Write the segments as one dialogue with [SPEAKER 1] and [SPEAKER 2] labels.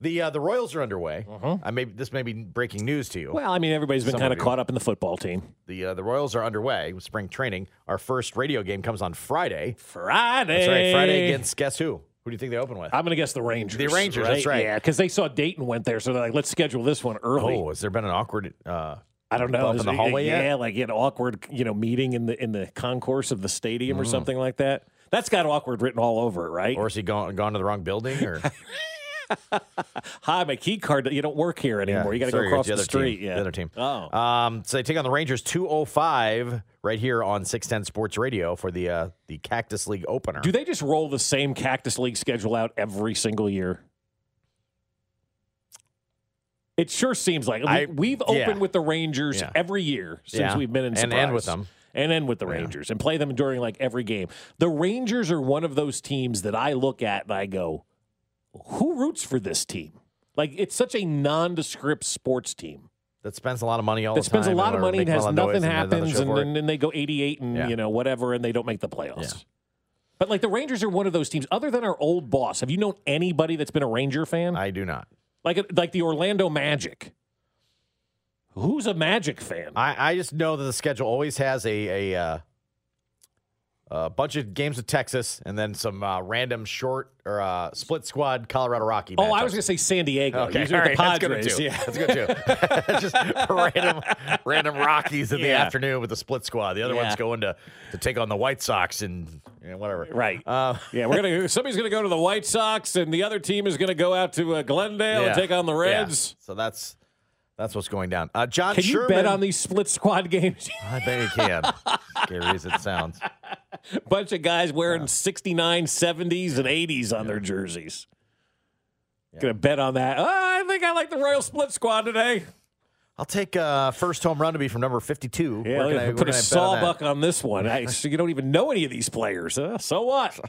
[SPEAKER 1] The uh, the Royals are underway.
[SPEAKER 2] Uh-huh.
[SPEAKER 1] I may this may be breaking news to you.
[SPEAKER 2] Well, I mean, everybody's been
[SPEAKER 1] Some
[SPEAKER 2] kind
[SPEAKER 1] of
[SPEAKER 2] of
[SPEAKER 1] you.
[SPEAKER 2] caught up in the football team.
[SPEAKER 1] The uh, the Royals are underway with spring training. Our first radio game comes on Friday.
[SPEAKER 2] Friday.
[SPEAKER 1] That's right, Friday against guess who? Who do you think they open with?
[SPEAKER 2] I'm going to guess the Rangers.
[SPEAKER 1] The Rangers, that's right.
[SPEAKER 2] Yeah, because they saw Dayton went there, so they're like, let's schedule this one early.
[SPEAKER 1] oh, has there been an awkward? Uh,
[SPEAKER 2] I don't know.
[SPEAKER 1] bump in
[SPEAKER 2] Is
[SPEAKER 1] the
[SPEAKER 2] it-
[SPEAKER 1] hallway
[SPEAKER 2] yeah,
[SPEAKER 1] yet?
[SPEAKER 2] like an awkward, you know, meeting in the in the concourse of the stadium or something like that. That's got awkward written all over it, right?
[SPEAKER 1] Mm. or has he gone gone to the wrong building? Or
[SPEAKER 2] Hi, my key card. You don't work here anymore. you got to
[SPEAKER 1] Sorry,
[SPEAKER 2] go across
[SPEAKER 1] the,
[SPEAKER 2] the,
[SPEAKER 1] other
[SPEAKER 2] street.
[SPEAKER 1] Team,
[SPEAKER 2] Yeah,
[SPEAKER 1] The other team.
[SPEAKER 2] Oh,
[SPEAKER 1] Um, so they take on the Rangers 205 right here on 610 Sports Radio for the uh, the Cactus League opener.
[SPEAKER 2] do they just roll the same Cactus League schedule out every single year? It sure seems like we,
[SPEAKER 1] I-
[SPEAKER 2] we've
[SPEAKER 1] yeah.
[SPEAKER 2] opened with the Rangers
[SPEAKER 1] Yeah.
[SPEAKER 2] every year since
[SPEAKER 1] Yeah.
[SPEAKER 2] we've been in
[SPEAKER 1] And end with
[SPEAKER 2] Surprise.
[SPEAKER 1] them.
[SPEAKER 2] and end with the Rangers and play them during like every game. The Rangers are one of those teams that I look at and I go, who roots for this team? Like it's such a nondescript sports team
[SPEAKER 1] that spends a lot of money all
[SPEAKER 2] that
[SPEAKER 1] the time.
[SPEAKER 2] spends a lot of
[SPEAKER 1] or
[SPEAKER 2] money and
[SPEAKER 1] make a
[SPEAKER 2] has
[SPEAKER 1] lot of
[SPEAKER 2] nothing
[SPEAKER 1] noise and has nothing to
[SPEAKER 2] happens
[SPEAKER 1] show
[SPEAKER 2] and
[SPEAKER 1] for it.
[SPEAKER 2] then, then they go 88 and
[SPEAKER 1] Yeah.
[SPEAKER 2] you know whatever and they don't make the playoffs.
[SPEAKER 1] Yeah.
[SPEAKER 2] But like the Rangers are one of those teams other than our old boss. Have you known anybody that's been a Ranger fan?
[SPEAKER 1] I do not.
[SPEAKER 2] like like the Orlando Magic. Who's a Magic fan?
[SPEAKER 1] I, I just know that the schedule always has a a, uh, a bunch of games with Texas and then some uh, random short or uh, split squad Colorado Rocky.
[SPEAKER 2] Oh, I
[SPEAKER 1] matchups.
[SPEAKER 2] was going to say San Diego.
[SPEAKER 1] Okay,
[SPEAKER 2] These
[SPEAKER 1] all
[SPEAKER 2] are
[SPEAKER 1] right,
[SPEAKER 2] the
[SPEAKER 1] that's good
[SPEAKER 2] Padres.
[SPEAKER 1] too.
[SPEAKER 2] Yeah.
[SPEAKER 1] That's good too. Just random, random Rockies in the
[SPEAKER 2] Yeah.
[SPEAKER 1] afternoon with the split squad. The other one's
[SPEAKER 2] Yeah.
[SPEAKER 1] going to to take on the White Sox and you know, whatever.
[SPEAKER 2] Right.
[SPEAKER 1] Uh,
[SPEAKER 2] Yeah, we're gonna somebody's gonna go to the White Sox, and the other team is gonna go out to uh, Glendale
[SPEAKER 1] yeah.
[SPEAKER 2] and take on the
[SPEAKER 1] Yeah.
[SPEAKER 2] Reds.
[SPEAKER 1] So that's that's what's going down. Uh, John,
[SPEAKER 2] Can
[SPEAKER 1] Sherman,
[SPEAKER 2] you bet on these split squad games?
[SPEAKER 1] I bet you can. Scary as it sounds.
[SPEAKER 2] Bunch of guys wearing 69, 70s, and 80s on their jerseys. Gonna bet on that. Oh, I think I like the Royal split squad today.
[SPEAKER 1] I'll take uh, first home run to be from number fifty-two.
[SPEAKER 2] Yeah,
[SPEAKER 1] Where
[SPEAKER 2] look
[SPEAKER 1] can
[SPEAKER 2] at-
[SPEAKER 1] I- where
[SPEAKER 2] put a
[SPEAKER 1] can I bet on that?
[SPEAKER 2] sawbuck on this one. I, so you don't even know any of these players. huh? So what?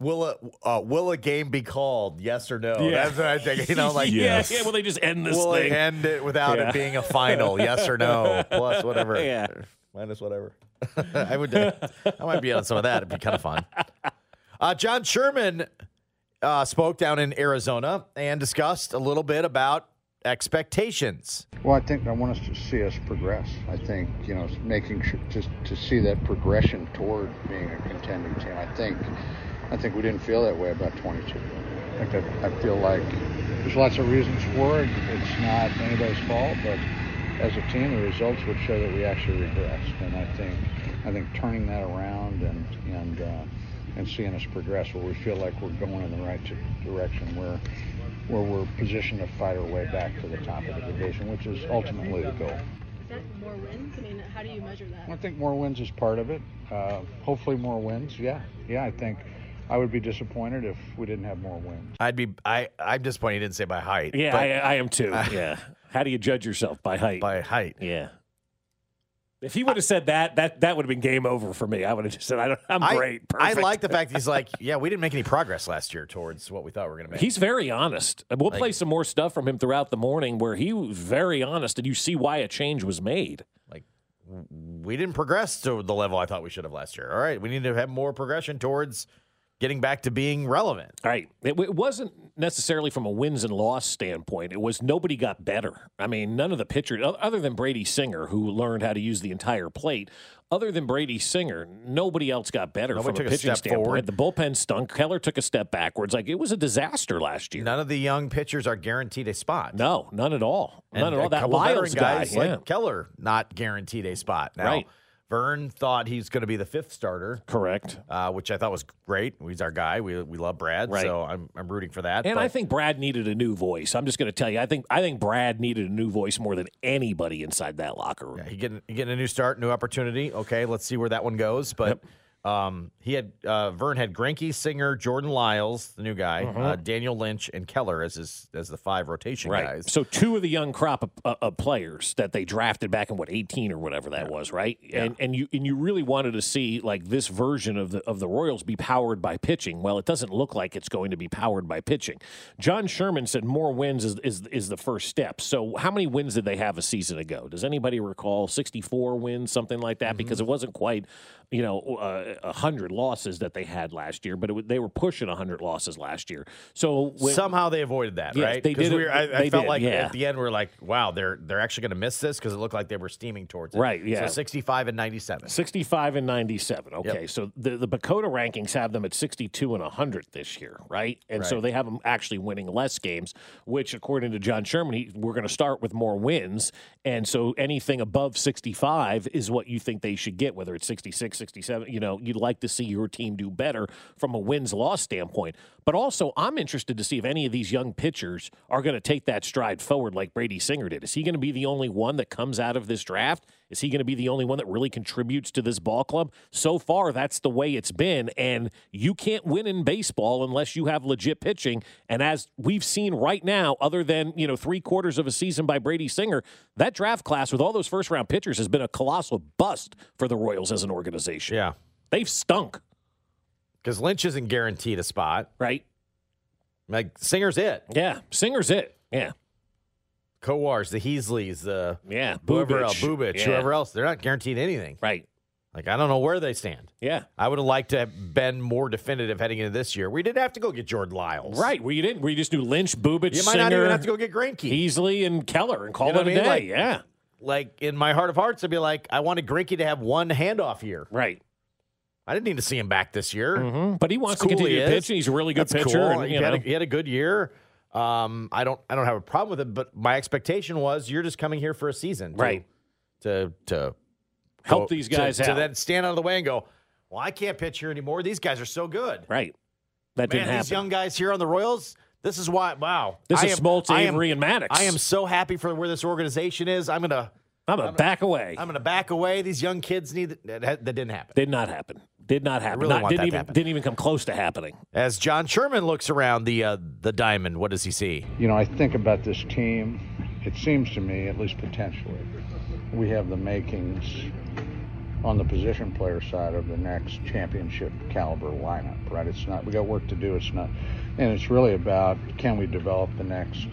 [SPEAKER 1] Will a uh, will a game be called? Yes or no?
[SPEAKER 2] Yeah.
[SPEAKER 1] That's what I think. You know, like
[SPEAKER 2] yeah, yeah. Will they just end this
[SPEAKER 1] Will
[SPEAKER 2] thing?
[SPEAKER 1] it end it without
[SPEAKER 2] Yeah.
[SPEAKER 1] it being a final? yes or no? Plus whatever.
[SPEAKER 2] Yeah.
[SPEAKER 1] Minus whatever. I would. uh, I might be on some of that. It'd be kind of fun. Uh, John Sherman uh, spoke down in Arizona and discussed a little bit about expectations.
[SPEAKER 3] Well, I think I want us to see us progress. I think you know, making sure just to see that progression toward being a contending team. I think, I think we didn't feel that way about 22. I think I, I feel like there's lots of reasons for it. It's not anybody's fault, but as a team, the results would show that we actually regressed. And I think, I think turning that around and and uh, and seeing us progress, where we feel like we're going in the right di- direction, where where we're positioned to fight our way back to the top of the division, which is ultimately the goal.
[SPEAKER 4] Is that more wins? I mean, how do you measure that?
[SPEAKER 3] I think more wins is part of it. Uh, hopefully, more wins. Yeah, yeah. I think I would be disappointed if we didn't have more wins.
[SPEAKER 1] I'd be. I. I'm disappointed. He didn't say by height.
[SPEAKER 2] Yeah,
[SPEAKER 1] but
[SPEAKER 2] I, I am too. yeah. How do you judge yourself by height?
[SPEAKER 1] by height.
[SPEAKER 2] yeah. If he would have said that, that that would have been game over for me. I would have just said, I don't, "I'm
[SPEAKER 1] I-
[SPEAKER 2] great."
[SPEAKER 1] I
[SPEAKER 2] Perfect.
[SPEAKER 1] like the fact that he's like, yeah, we didn't make any progress last year towards what we thought we were going to make.
[SPEAKER 2] He's very honest. And We'll
[SPEAKER 1] Like-
[SPEAKER 2] play some more stuff from him throughout the morning where he was very honest, and you see why a change was made.
[SPEAKER 1] we didn't progress to the level I thought we should have last year. All right, we need to have more progression towards getting back to being relevant.
[SPEAKER 2] Right. It, w- it wasn't necessarily from a wins and loss standpoint. It was nobody got better. I mean, none of the pitchers, o- other than Brady Singer, who learned how to use the entire plate, other than Brady Singer, nobody else got better
[SPEAKER 1] Nobody
[SPEAKER 2] from
[SPEAKER 1] took a
[SPEAKER 2] a pitching
[SPEAKER 1] step
[SPEAKER 2] standpoint.
[SPEAKER 1] forward.
[SPEAKER 2] The bullpen stunk. Keller took a step backwards. Like, it was a disaster last year.
[SPEAKER 1] None of the young pitchers are guaranteed a spot.
[SPEAKER 2] No, none at all.
[SPEAKER 1] And
[SPEAKER 2] none at
[SPEAKER 1] a
[SPEAKER 2] all. That
[SPEAKER 1] couple veteran
[SPEAKER 2] Lyles guy,
[SPEAKER 1] guys
[SPEAKER 2] yeah.
[SPEAKER 1] like Keller not guaranteed a spot. Now,
[SPEAKER 2] Right.
[SPEAKER 1] Vern thought he's going to be the fifth starter,
[SPEAKER 2] correct.
[SPEAKER 1] uh, which I thought was great. He's our guy. We, we love Brad,
[SPEAKER 2] Right.
[SPEAKER 1] so I'm, I'm rooting for that.
[SPEAKER 2] And
[SPEAKER 1] but
[SPEAKER 2] I think Brad needed a new voice. I'm just going to tell you, I think I think Brad needed a new voice more than anybody inside that locker room.
[SPEAKER 1] he getting he getting a new start, new opportunity. Okay, let's see where that one goes. But Um, he had uh, Vern had Granky, Singer, Jordan Lyles, the new guy,
[SPEAKER 2] Mm-hmm.
[SPEAKER 1] uh, Daniel Lynch, and Keller as his as the five rotation
[SPEAKER 2] Right.
[SPEAKER 1] guys.
[SPEAKER 2] So two of the young crop of, uh, of players that they drafted back in what 18 or whatever that was, right? And and you and you really wanted to see like this version of the of the Royals be powered by pitching. Well, it doesn't look like it's going to be powered by pitching. John Sherman said more wins is is, is the first step. So how many wins did they have a season ago? Does anybody recall 64 wins, something like that? Because it wasn't quite, you know, uh, 100 losses that they had last year, but it, wa- they were pushing 100 losses last year. So when,
[SPEAKER 1] Somehow they avoided that,
[SPEAKER 2] Yes,
[SPEAKER 1] right?
[SPEAKER 2] they
[SPEAKER 1] 'Cause
[SPEAKER 2] did it-
[SPEAKER 1] We were, I, I
[SPEAKER 2] they
[SPEAKER 1] felt
[SPEAKER 2] did,
[SPEAKER 1] like
[SPEAKER 2] yeah.
[SPEAKER 1] at the end we are like, wow, they're they're actually going to miss this because it looked like they were steaming towards it.
[SPEAKER 2] Right, yeah.
[SPEAKER 1] So sixty five and ninety seven.
[SPEAKER 2] 65 and 97. Okay. So the, the Bakota rankings have them at 62 and 100 this year, right? And so they have them actually winning less games, which, according to John Sherman, he, we're going to start with more wins. And so anything above 65 is what you think they should get, whether it's 66, 67. You know, you'd like to see your team do better from a wins loss standpoint. But also, I'm interested to see if any of these young pitchers are going to take that stride forward like Brady Singer did. Is he going to be the only one that comes out of this draft? Is he going to be the only one that really contributes to this ball club? So far, that's the way it's been. And you can't win in baseball unless you have legit pitching. And as we've seen right now, other than, you know, three quarters of a season by Brady Singer, that draft class with all those first round pitchers has been a colossal bust for the Royals as an organization.
[SPEAKER 1] Yeah,
[SPEAKER 2] They've stunk,
[SPEAKER 1] because Lynch isn't guaranteed a spot.
[SPEAKER 2] right?
[SPEAKER 1] Like Singer's it.
[SPEAKER 2] Yeah. Singer's it. Yeah.
[SPEAKER 1] Coars, the Heasleys, the
[SPEAKER 2] Yeah.
[SPEAKER 1] whoever else, Bubich,
[SPEAKER 2] Yeah.
[SPEAKER 1] whoever else, they're not guaranteed anything.
[SPEAKER 2] Right.
[SPEAKER 1] Like I don't know where they stand.
[SPEAKER 2] Yeah.
[SPEAKER 1] I would have liked to have been more definitive heading into this year. We didn't have to go get Jordan Lyles.
[SPEAKER 2] Right. Where you didn't, where you just do Lynch, Bubich,
[SPEAKER 1] You might not even
[SPEAKER 2] Singer,
[SPEAKER 1] have to go get Greinke.
[SPEAKER 2] Easley, and Keller and call
[SPEAKER 1] You know
[SPEAKER 2] it
[SPEAKER 1] what
[SPEAKER 2] a
[SPEAKER 1] I
[SPEAKER 2] day.
[SPEAKER 1] mean? Like-
[SPEAKER 2] yeah.
[SPEAKER 1] like in my heart of hearts, I'd be like, I wanted Greinke to have one handoff here.
[SPEAKER 2] Right.
[SPEAKER 1] I didn't need to see him back this year.
[SPEAKER 2] Mm-hmm. But he wants
[SPEAKER 1] It's
[SPEAKER 2] to
[SPEAKER 1] cool
[SPEAKER 2] continue
[SPEAKER 1] he
[SPEAKER 2] to
[SPEAKER 1] is.
[SPEAKER 2] pitch, and he's a really good
[SPEAKER 1] That's
[SPEAKER 2] pitcher.
[SPEAKER 1] cool.
[SPEAKER 2] And,
[SPEAKER 1] he,
[SPEAKER 2] you
[SPEAKER 1] had
[SPEAKER 2] know,
[SPEAKER 1] a, he had a good year. Um, I don't I don't have a problem with it, but my expectation was you're just coming here for a season, to-
[SPEAKER 2] Right.
[SPEAKER 1] To to
[SPEAKER 2] help
[SPEAKER 1] go-
[SPEAKER 2] these
[SPEAKER 1] to-
[SPEAKER 2] guys
[SPEAKER 1] to,
[SPEAKER 2] out.
[SPEAKER 1] then stand out of the way and go. Well, I can't pitch here anymore. These guys are so good.
[SPEAKER 2] right. That
[SPEAKER 1] Man,
[SPEAKER 2] didn't happen.
[SPEAKER 1] these young guys here on the Royals. This is why. Wow.
[SPEAKER 2] this
[SPEAKER 1] I
[SPEAKER 2] is
[SPEAKER 1] am-
[SPEAKER 2] Smoltz,
[SPEAKER 1] I am-
[SPEAKER 2] Avery, and Maddox.
[SPEAKER 1] I am so happy for where this organization is. I'm gonna
[SPEAKER 2] I'm a back away.
[SPEAKER 1] I'm gonna back away. These young kids need that, that didn't happen.
[SPEAKER 2] Did not happen. Did not happen.
[SPEAKER 1] really
[SPEAKER 2] Not-
[SPEAKER 1] want
[SPEAKER 2] didn't
[SPEAKER 1] that to
[SPEAKER 2] even
[SPEAKER 1] happen.
[SPEAKER 2] didn't even come close to happening.
[SPEAKER 1] As John Sherman looks around the uh, the diamond, what does he see?
[SPEAKER 3] You know, I think about this team. It seems to me, at least potentially, we have the makings on the position player side of the next championship caliber lineup, right? It's not, we got work to do. It's not, and it's really about can we develop the next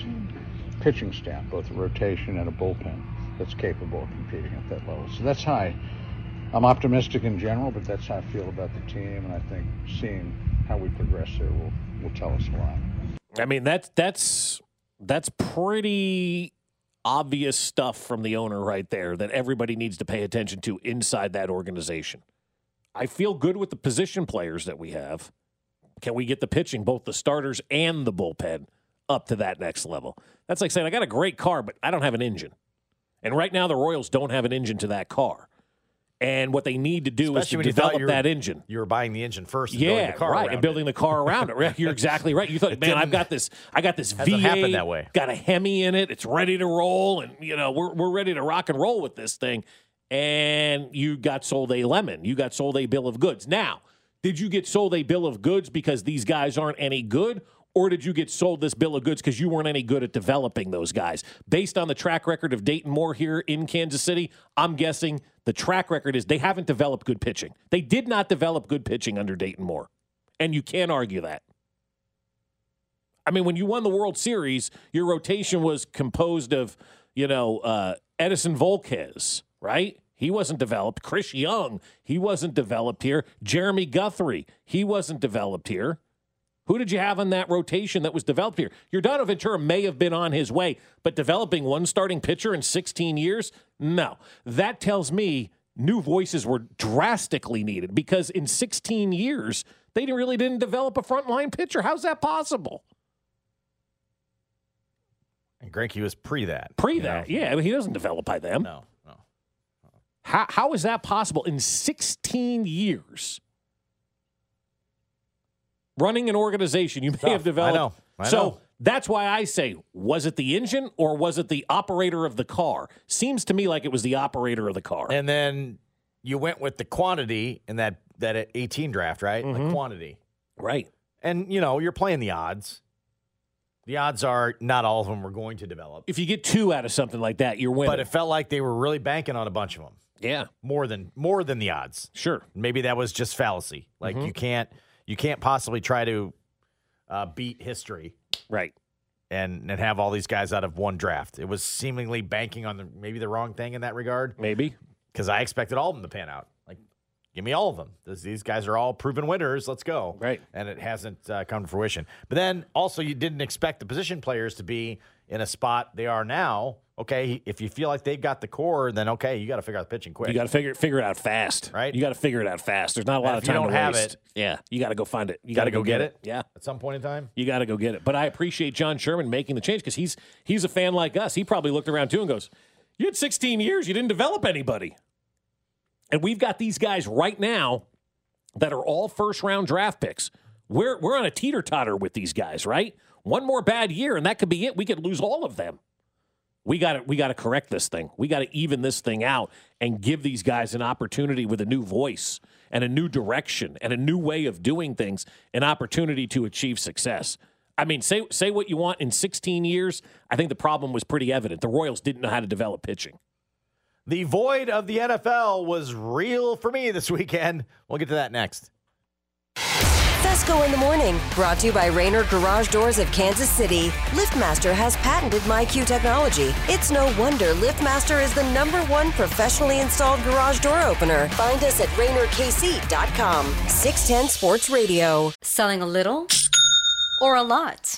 [SPEAKER 3] pitching staff, both a rotation and a bullpen that's capable of competing at that level. So that's how I, I'm optimistic in general, but that's how I feel about the team. And I think seeing how we progress there will, will tell us a lot.
[SPEAKER 2] I mean that's that's that's pretty obvious stuff from the owner right there that everybody needs to pay attention to inside that organization. I feel good with the position players that we have. Can we get the pitching, both the starters and the bullpen, up to that next level? That's like saying I got a great car, but I don't have an engine. And right now the Royals don't have an engine to that car. And what they need to do
[SPEAKER 1] Especially when you
[SPEAKER 2] is to
[SPEAKER 1] thought
[SPEAKER 2] develop
[SPEAKER 1] you were-
[SPEAKER 2] that engine
[SPEAKER 1] You were buying the engine first, and building
[SPEAKER 2] yeah,
[SPEAKER 1] the car
[SPEAKER 2] right,
[SPEAKER 1] around
[SPEAKER 2] and
[SPEAKER 1] it.
[SPEAKER 2] building the car around it. Right, you're exactly right. You thought, man, I've
[SPEAKER 1] didn't-
[SPEAKER 2] got this, I got this V8,
[SPEAKER 1] Hasn't happened that way.
[SPEAKER 2] got a Hemi in it, it's ready to roll, and you know we're we're ready to rock and roll with this thing. And you got sold a lemon, you got sold a bill of goods. Now, did you get sold a bill of goods because these guys aren't any good? Or did you get sold this bill of goods because you weren't any good at developing those guys? Based on the track record of Dayton Moore here in Kansas City, I'm guessing the track record is they haven't developed good pitching. They did not develop good pitching under Dayton Moore. And you can't argue that. I mean, when you won the World Series, your rotation was composed of, you know, uh, Edison Volquez, right? He wasn't developed. Chris Young, he wasn't developed here. Jeremy Guthrie, he wasn't developed here. Who did you have in that rotation that was developed here? Your Dono Ventura may have been on his way, but developing one starting pitcher in 16 years? No. That tells me new voices were drastically needed because in 16 years, they didn't- really didn't develop a frontline pitcher. How's that possible?
[SPEAKER 1] And Greinke was pre that.
[SPEAKER 2] Pre
[SPEAKER 1] you
[SPEAKER 2] that,
[SPEAKER 1] know?
[SPEAKER 2] yeah. I mean, he doesn't develop by them.
[SPEAKER 1] No, no.
[SPEAKER 2] How, how is that possible in 16 years? Running an organization, you may
[SPEAKER 1] Tough.
[SPEAKER 2] have developed.
[SPEAKER 1] I know. I
[SPEAKER 2] so
[SPEAKER 1] know.
[SPEAKER 2] that's why I say, was it the engine or was it the operator of the car? Seems to me like it was the operator of the car.
[SPEAKER 1] And then you went with the quantity and that that at 18 draft, right?
[SPEAKER 2] Mm-hmm.
[SPEAKER 1] Like quantity.
[SPEAKER 2] Right.
[SPEAKER 1] And, you know, you're playing the odds. The odds are not all of them were going to develop.
[SPEAKER 2] If you get two out of something like that, you're winning.
[SPEAKER 1] But it felt like they were really banking on a bunch of them.
[SPEAKER 2] yeah,
[SPEAKER 1] More than more than the odds.
[SPEAKER 2] sure.
[SPEAKER 1] Maybe that was just fallacy. Like
[SPEAKER 2] Mm-hmm.
[SPEAKER 1] you can't you can't possibly try to uh, beat history
[SPEAKER 2] Right.
[SPEAKER 1] and and have all these guys out of one draft. It was seemingly banking on the maybe the wrong thing in that regard
[SPEAKER 2] Maybe.
[SPEAKER 1] because I expected all of them to pan out. Like, give me all of them. This, these guys are all proven winners. Let's go.
[SPEAKER 2] Right.
[SPEAKER 1] And it hasn't uh, come to fruition. But then also, you didn't expect the position players to be in a spot they are now. Okay, if you feel like they've got the core, then okay, you got to figure out the pitching quick.
[SPEAKER 2] You got to figure it figure it out fast.
[SPEAKER 1] Right.
[SPEAKER 2] You got to figure it out fast. There's not a lot
[SPEAKER 1] And
[SPEAKER 2] of
[SPEAKER 1] if you
[SPEAKER 2] time
[SPEAKER 1] don't
[SPEAKER 2] to
[SPEAKER 1] have
[SPEAKER 2] waste.
[SPEAKER 1] it-
[SPEAKER 2] yeah, you got to go find it. You
[SPEAKER 1] Gotta
[SPEAKER 2] got to
[SPEAKER 1] go get it.
[SPEAKER 2] Yeah.
[SPEAKER 1] at some point in time.
[SPEAKER 2] You got to go get it. But I appreciate John Sherman making the change because he's he's a fan like us. He probably looked around too and goes, "You had 16 years. You didn't develop anybody, and we've got these guys right now that are all first round draft picks. We're we're on a teeter totter with these guys, right? One more bad year, and that could be it. We could lose all of them. We got to we got to correct this thing. We got to even this thing out and give these guys an opportunity with a new voice and a new direction and a new way of doing things, an opportunity to achieve success. I mean, say say what you want. In 16 years, I think the problem was pretty evident. The Royals didn't know how to develop pitching.
[SPEAKER 1] The void of the NFL was real for me this weekend. We'll get to that next.
[SPEAKER 5] Fesco in the morning, brought to you by Raynor Garage Doors of Kansas City. LiftMaster has patented MyQ technology. It's no wonder LiftMaster is the number one professionally installed garage door opener. Find us at RaynorKC.com. 610 Sports Radio.
[SPEAKER 6] Selling a little or a lot?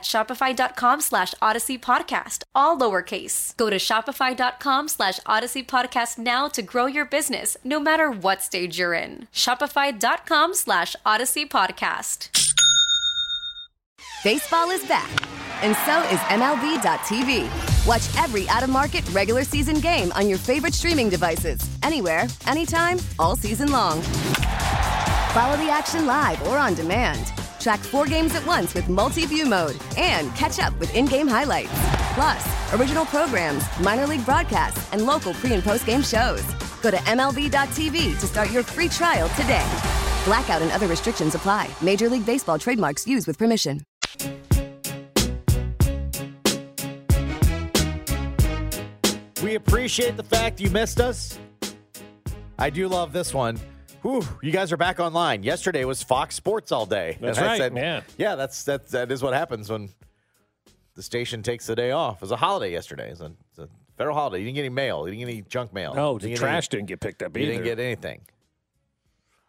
[SPEAKER 6] shopify.com slash odyssey podcast, all lowercase. Go to shopify.com slash odyssey podcast now to grow your business, no matter what stage you're in. Shopify.com slash odyssey podcast.
[SPEAKER 5] Baseball is back, and so is MLB.tv. Watch every out of market regular season game on your favorite streaming devices, anywhere, anytime, all season long. Follow the action live or on demand. Track four games at once with multi view mode and catch up with in game highlights. Plus, original programs, minor league broadcasts, and local pre and post game shows. Go to MLB.tv to start your free trial today. Blackout and other restrictions apply. Major League Baseball trademarks used with permission.
[SPEAKER 1] We appreciate the fact you missed us. I do love this one. Whew, you guys are back online. Yesterday was Fox Sports all day.
[SPEAKER 2] That's
[SPEAKER 1] I
[SPEAKER 2] right, yeah.
[SPEAKER 1] yeah, that's that. That is what happens when the station takes the day off. It was a holiday yesterday. It was a, it's a federal holiday. You didn't get any mail. You didn't get any junk mail.
[SPEAKER 2] Oh,
[SPEAKER 1] You
[SPEAKER 2] the
[SPEAKER 1] didn't get
[SPEAKER 2] trash didn't get picked up
[SPEAKER 1] Any,
[SPEAKER 2] either.
[SPEAKER 1] you didn't get anything.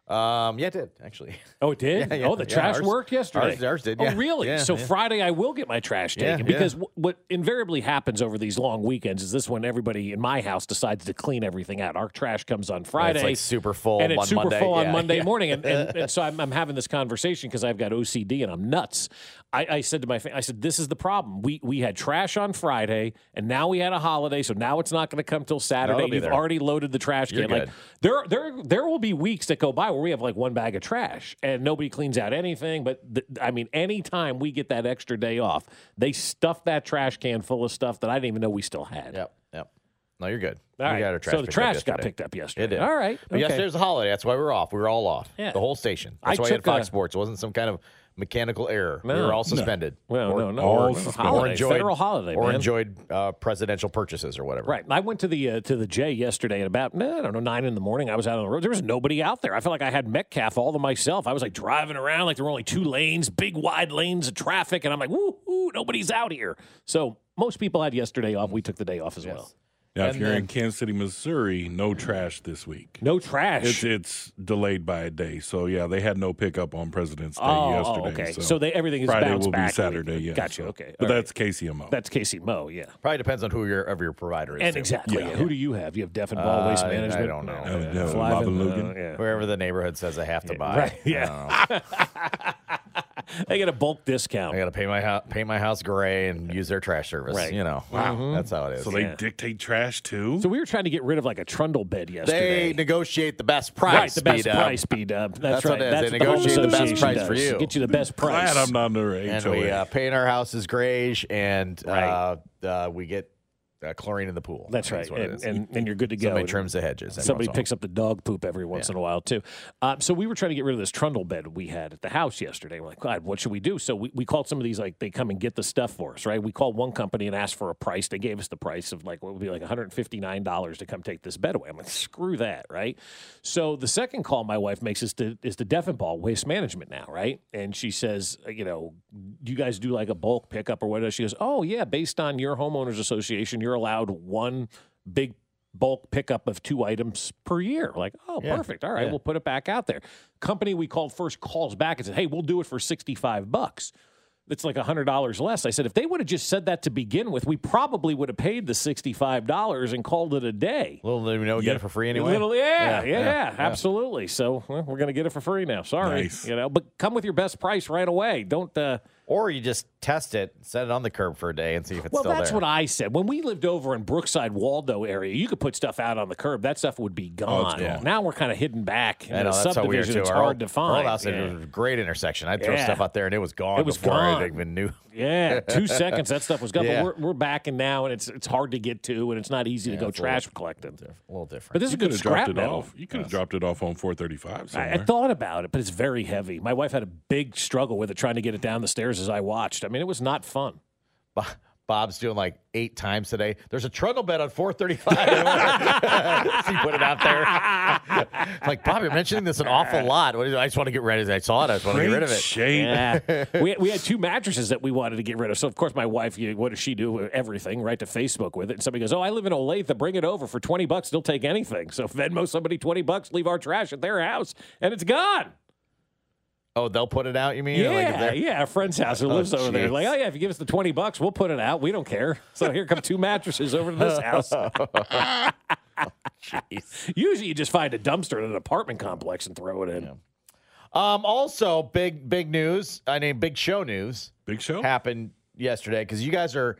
[SPEAKER 1] Um, yeah, it did actually.
[SPEAKER 2] Oh, it did?
[SPEAKER 1] Yeah, yeah,
[SPEAKER 2] oh, the
[SPEAKER 1] yeah,
[SPEAKER 2] trash
[SPEAKER 1] ours-
[SPEAKER 2] worked yesterday.
[SPEAKER 1] ours- ours did,
[SPEAKER 2] Oh,
[SPEAKER 1] yeah.
[SPEAKER 2] really?
[SPEAKER 1] Yeah,
[SPEAKER 2] so
[SPEAKER 1] yeah.
[SPEAKER 2] Friday, I will get my trash
[SPEAKER 1] Yeah,
[SPEAKER 2] taken
[SPEAKER 1] yeah.
[SPEAKER 2] because wh- what invariably happens over these long weekends is this when everybody in my house decides to clean everything out. Our trash comes on Friday.
[SPEAKER 1] like super full
[SPEAKER 2] and it's
[SPEAKER 1] on
[SPEAKER 2] super
[SPEAKER 1] Monday.
[SPEAKER 2] full on
[SPEAKER 1] Yeah,
[SPEAKER 2] Monday
[SPEAKER 1] yeah.
[SPEAKER 2] morning. And, and, and so I'm, I'm having this conversation because I've got OCD and I'm nuts. I, I said to my family, I said, this is the problem. We we had trash on Friday and now we had a holiday, so now it's not going to come till Saturday.
[SPEAKER 1] it'll be
[SPEAKER 2] You've
[SPEAKER 1] there.
[SPEAKER 2] already loaded the trash
[SPEAKER 1] You're
[SPEAKER 2] can. Like
[SPEAKER 1] good.
[SPEAKER 2] there there there will be weeks that go by where we have like one bag of trash and nobody cleans out anything. But th- I mean, anytime we get that extra day off, they stuff that trash can full of stuff that I didn't even know we still had.
[SPEAKER 1] Yep. Yep. No, you're good. we
[SPEAKER 2] All right.
[SPEAKER 1] got our trash.
[SPEAKER 2] so the
[SPEAKER 1] picked up
[SPEAKER 2] trash got
[SPEAKER 1] yesterday.
[SPEAKER 2] picked up yesterday.
[SPEAKER 1] It did.
[SPEAKER 2] All right.
[SPEAKER 1] But
[SPEAKER 2] okay.
[SPEAKER 1] yesterday was a holiday. That's why we were off. We were all off.
[SPEAKER 2] Yeah.
[SPEAKER 1] The whole station.
[SPEAKER 2] I
[SPEAKER 1] That's why we had
[SPEAKER 2] took
[SPEAKER 1] Fox
[SPEAKER 2] a-
[SPEAKER 1] Sports. It wasn't some kind of mechanical error. we
[SPEAKER 2] No.
[SPEAKER 1] were all
[SPEAKER 2] No.
[SPEAKER 1] suspended.
[SPEAKER 2] Well,
[SPEAKER 1] or,
[SPEAKER 2] no, no,
[SPEAKER 1] or,
[SPEAKER 2] all suspended.
[SPEAKER 1] or
[SPEAKER 2] Holiday,
[SPEAKER 1] enjoyed
[SPEAKER 2] federal holiday,
[SPEAKER 1] or
[SPEAKER 2] man.
[SPEAKER 1] enjoyed uh, presidential purchases or whatever.
[SPEAKER 2] Right. I went to the uh, to the J yesterday at about I don't know nine in the morning. I was out on the road. There was nobody out there. I felt like I had Metcalf all to myself. I was like driving around like there were only two lanes, big wide lanes of traffic, and I'm like, woo, woo nobody's out here. So most people had yesterday off. We took the day off as well.
[SPEAKER 7] Now, if
[SPEAKER 1] And
[SPEAKER 7] you're
[SPEAKER 1] then-
[SPEAKER 7] in Kansas City, Missouri, no trash this week.
[SPEAKER 2] Mm-hmm. No trash.
[SPEAKER 7] It's it's delayed by a day, so yeah, they had no pickup on President's Day
[SPEAKER 2] Oh, oh,
[SPEAKER 7] yesterday.
[SPEAKER 2] okay. So they- everything is
[SPEAKER 7] Friday
[SPEAKER 2] bounced
[SPEAKER 7] will
[SPEAKER 2] back.
[SPEAKER 7] be Saturday. Yeah,
[SPEAKER 2] Gotcha,
[SPEAKER 7] so-
[SPEAKER 2] okay,
[SPEAKER 7] but
[SPEAKER 2] all
[SPEAKER 7] that's KCMO.
[SPEAKER 2] That's Casey Moe. Yeah.
[SPEAKER 1] Probably depends on who your of your provider is.
[SPEAKER 2] And
[SPEAKER 1] too.
[SPEAKER 2] exactly.
[SPEAKER 7] Yeah.
[SPEAKER 2] yeah. Who do you have? You have Deaf and Ball
[SPEAKER 1] Uh,
[SPEAKER 2] Waste
[SPEAKER 1] I- I
[SPEAKER 2] Management.
[SPEAKER 1] don't know.
[SPEAKER 7] Uh, no,
[SPEAKER 2] Flavin,
[SPEAKER 7] Bob and
[SPEAKER 2] uh,
[SPEAKER 7] Lugan.
[SPEAKER 2] yeah.
[SPEAKER 1] Wherever the neighborhood says I have to buy.
[SPEAKER 2] right,
[SPEAKER 1] I
[SPEAKER 2] yeah.
[SPEAKER 1] don't know.
[SPEAKER 2] They get a bulk
[SPEAKER 1] I
[SPEAKER 2] discount.
[SPEAKER 1] gotta pay my house, paint my house gray, and use their trash service.
[SPEAKER 2] Right. Mm-hmm.
[SPEAKER 1] You know, wow, that's how it is.
[SPEAKER 7] so they
[SPEAKER 2] Yeah.
[SPEAKER 7] dictate trash too.
[SPEAKER 2] So we were trying to get rid of like a trundle bed yesterday.
[SPEAKER 1] They negotiate the best price.
[SPEAKER 2] Right, the best
[SPEAKER 1] B-Dub.
[SPEAKER 2] price, B Dub. That's,
[SPEAKER 1] That's what
[SPEAKER 2] right.
[SPEAKER 1] it is.
[SPEAKER 2] That's
[SPEAKER 1] They
[SPEAKER 2] what the Home
[SPEAKER 1] negotiate the best
[SPEAKER 2] Association
[SPEAKER 1] price for
[SPEAKER 2] does.
[SPEAKER 1] you.
[SPEAKER 2] Get you the best price.
[SPEAKER 7] Glad I'm not under HOA.
[SPEAKER 1] And we uh, paint our houses grayish, and
[SPEAKER 2] Right.
[SPEAKER 1] uh, uh, we get uh, chlorine in the pool.
[SPEAKER 2] That's right.
[SPEAKER 1] what it
[SPEAKER 2] And,
[SPEAKER 1] is.
[SPEAKER 2] and, and you're good to go.
[SPEAKER 1] somebody
[SPEAKER 2] And
[SPEAKER 1] trims the hedges. every
[SPEAKER 2] Somebody
[SPEAKER 1] once in a
[SPEAKER 2] picks up the dog poop every once in a while, too. Uh, so we were trying to get rid of this trundle bed we had at the house yesterday. We're like, God, what should we do? So we, we called some of these, like, they come and get the stuff for us, right? We called one company and asked for a price. They gave us the price of, like, what would be like $159 to come take this bed away. I'm like, screw that, right? So the second call my wife makes is to, is to Deffenbaugh Waste Management now, right? And she says, uh, you know, do you guys do like a bulk pickup or whatever? She goes, oh, yeah, based on your homeowners association, you're allowed one big bulk pickup of two items per year. Like, oh, perfect. All right, we'll put it back out there. Company we called first calls back and said, hey, we'll do it for 65 bucks. It's like $100 less. I said, if they would have just said that to begin with, we probably would have paid the $65 and called it a day.
[SPEAKER 1] while. Little did we know we get it for free anyway.
[SPEAKER 2] Little- yeah, yeah,
[SPEAKER 1] Yeah, yeah, yeah.
[SPEAKER 2] absolutely. So well, we're going to get it for free now. Sorry,
[SPEAKER 7] Nice.
[SPEAKER 2] you know, but come with your best price right away. Don't. Uh,
[SPEAKER 1] Or you just test it, set it on the curb for a day, and see if it's
[SPEAKER 2] well,
[SPEAKER 1] still
[SPEAKER 2] that's
[SPEAKER 1] there.
[SPEAKER 2] what I said. When we lived over in Brookside Waldo area, you could put stuff out on the curb. That stuff would be gone.
[SPEAKER 7] gone.
[SPEAKER 2] Now we're kind of hidden back in
[SPEAKER 1] Oh, I
[SPEAKER 2] a
[SPEAKER 1] know, that's how we are
[SPEAKER 2] subdivision.
[SPEAKER 1] too.
[SPEAKER 2] it's
[SPEAKER 1] Our
[SPEAKER 2] hard
[SPEAKER 1] old-
[SPEAKER 2] to
[SPEAKER 1] Our
[SPEAKER 2] find.
[SPEAKER 1] old house, it
[SPEAKER 2] yeah.
[SPEAKER 1] was a great intersection. I'd throw
[SPEAKER 2] Yeah.
[SPEAKER 1] stuff out there, and it was gone.
[SPEAKER 2] It was
[SPEAKER 1] before I
[SPEAKER 2] gone.
[SPEAKER 1] even knew.
[SPEAKER 2] Yeah, two seconds that stuff was gone.
[SPEAKER 1] Yeah.
[SPEAKER 2] But we're, we're back in now, and it's it's hard to get to, and it's not easy to go trash collecting.
[SPEAKER 1] A little different.
[SPEAKER 2] But this is
[SPEAKER 7] you
[SPEAKER 2] a
[SPEAKER 7] could
[SPEAKER 2] good
[SPEAKER 7] have dropped
[SPEAKER 2] scrap
[SPEAKER 7] it
[SPEAKER 2] metal.
[SPEAKER 7] off. You could have dropped it off on 435 somewhere.
[SPEAKER 2] I, I thought about it, but it's very heavy. My wife had a big struggle with it trying to get it down the stairs as I watched. I mean, it was not fun.
[SPEAKER 1] Bo- Bob's doing like eight times today. There's a trundle bed on 435. he put it out there. I'm like, Bob, you're mentioning this an awful lot. What do you, I just want to get rid of it. I saw it. I just want to get rid of
[SPEAKER 7] Great
[SPEAKER 1] it.
[SPEAKER 7] shape.
[SPEAKER 2] Yeah. we, we had two mattresses that we wanted to get rid of. So, of course, my wife, you, what does she do? Everything, right to Facebook with it. And somebody goes, Oh, I live in Olathe. Bring it over for 20 bucks. They'll take anything. So, Venmo somebody 20 bucks, leave our trash at their house, and it's gone.
[SPEAKER 1] Oh, they'll put it out, you mean?
[SPEAKER 2] Yeah.
[SPEAKER 1] Like if they're-
[SPEAKER 2] yeah. A friend's house who lives over there. Like, Oh, yeah. If you give us the 20 bucks, we'll put it out. We don't care. So, here come two mattresses over to this house. Usually, you just find a dumpster in an apartment complex and throw it in.
[SPEAKER 1] Um, also, big, big news. I mean, big show news
[SPEAKER 7] Big show.
[SPEAKER 1] happened yesterday because you guys are.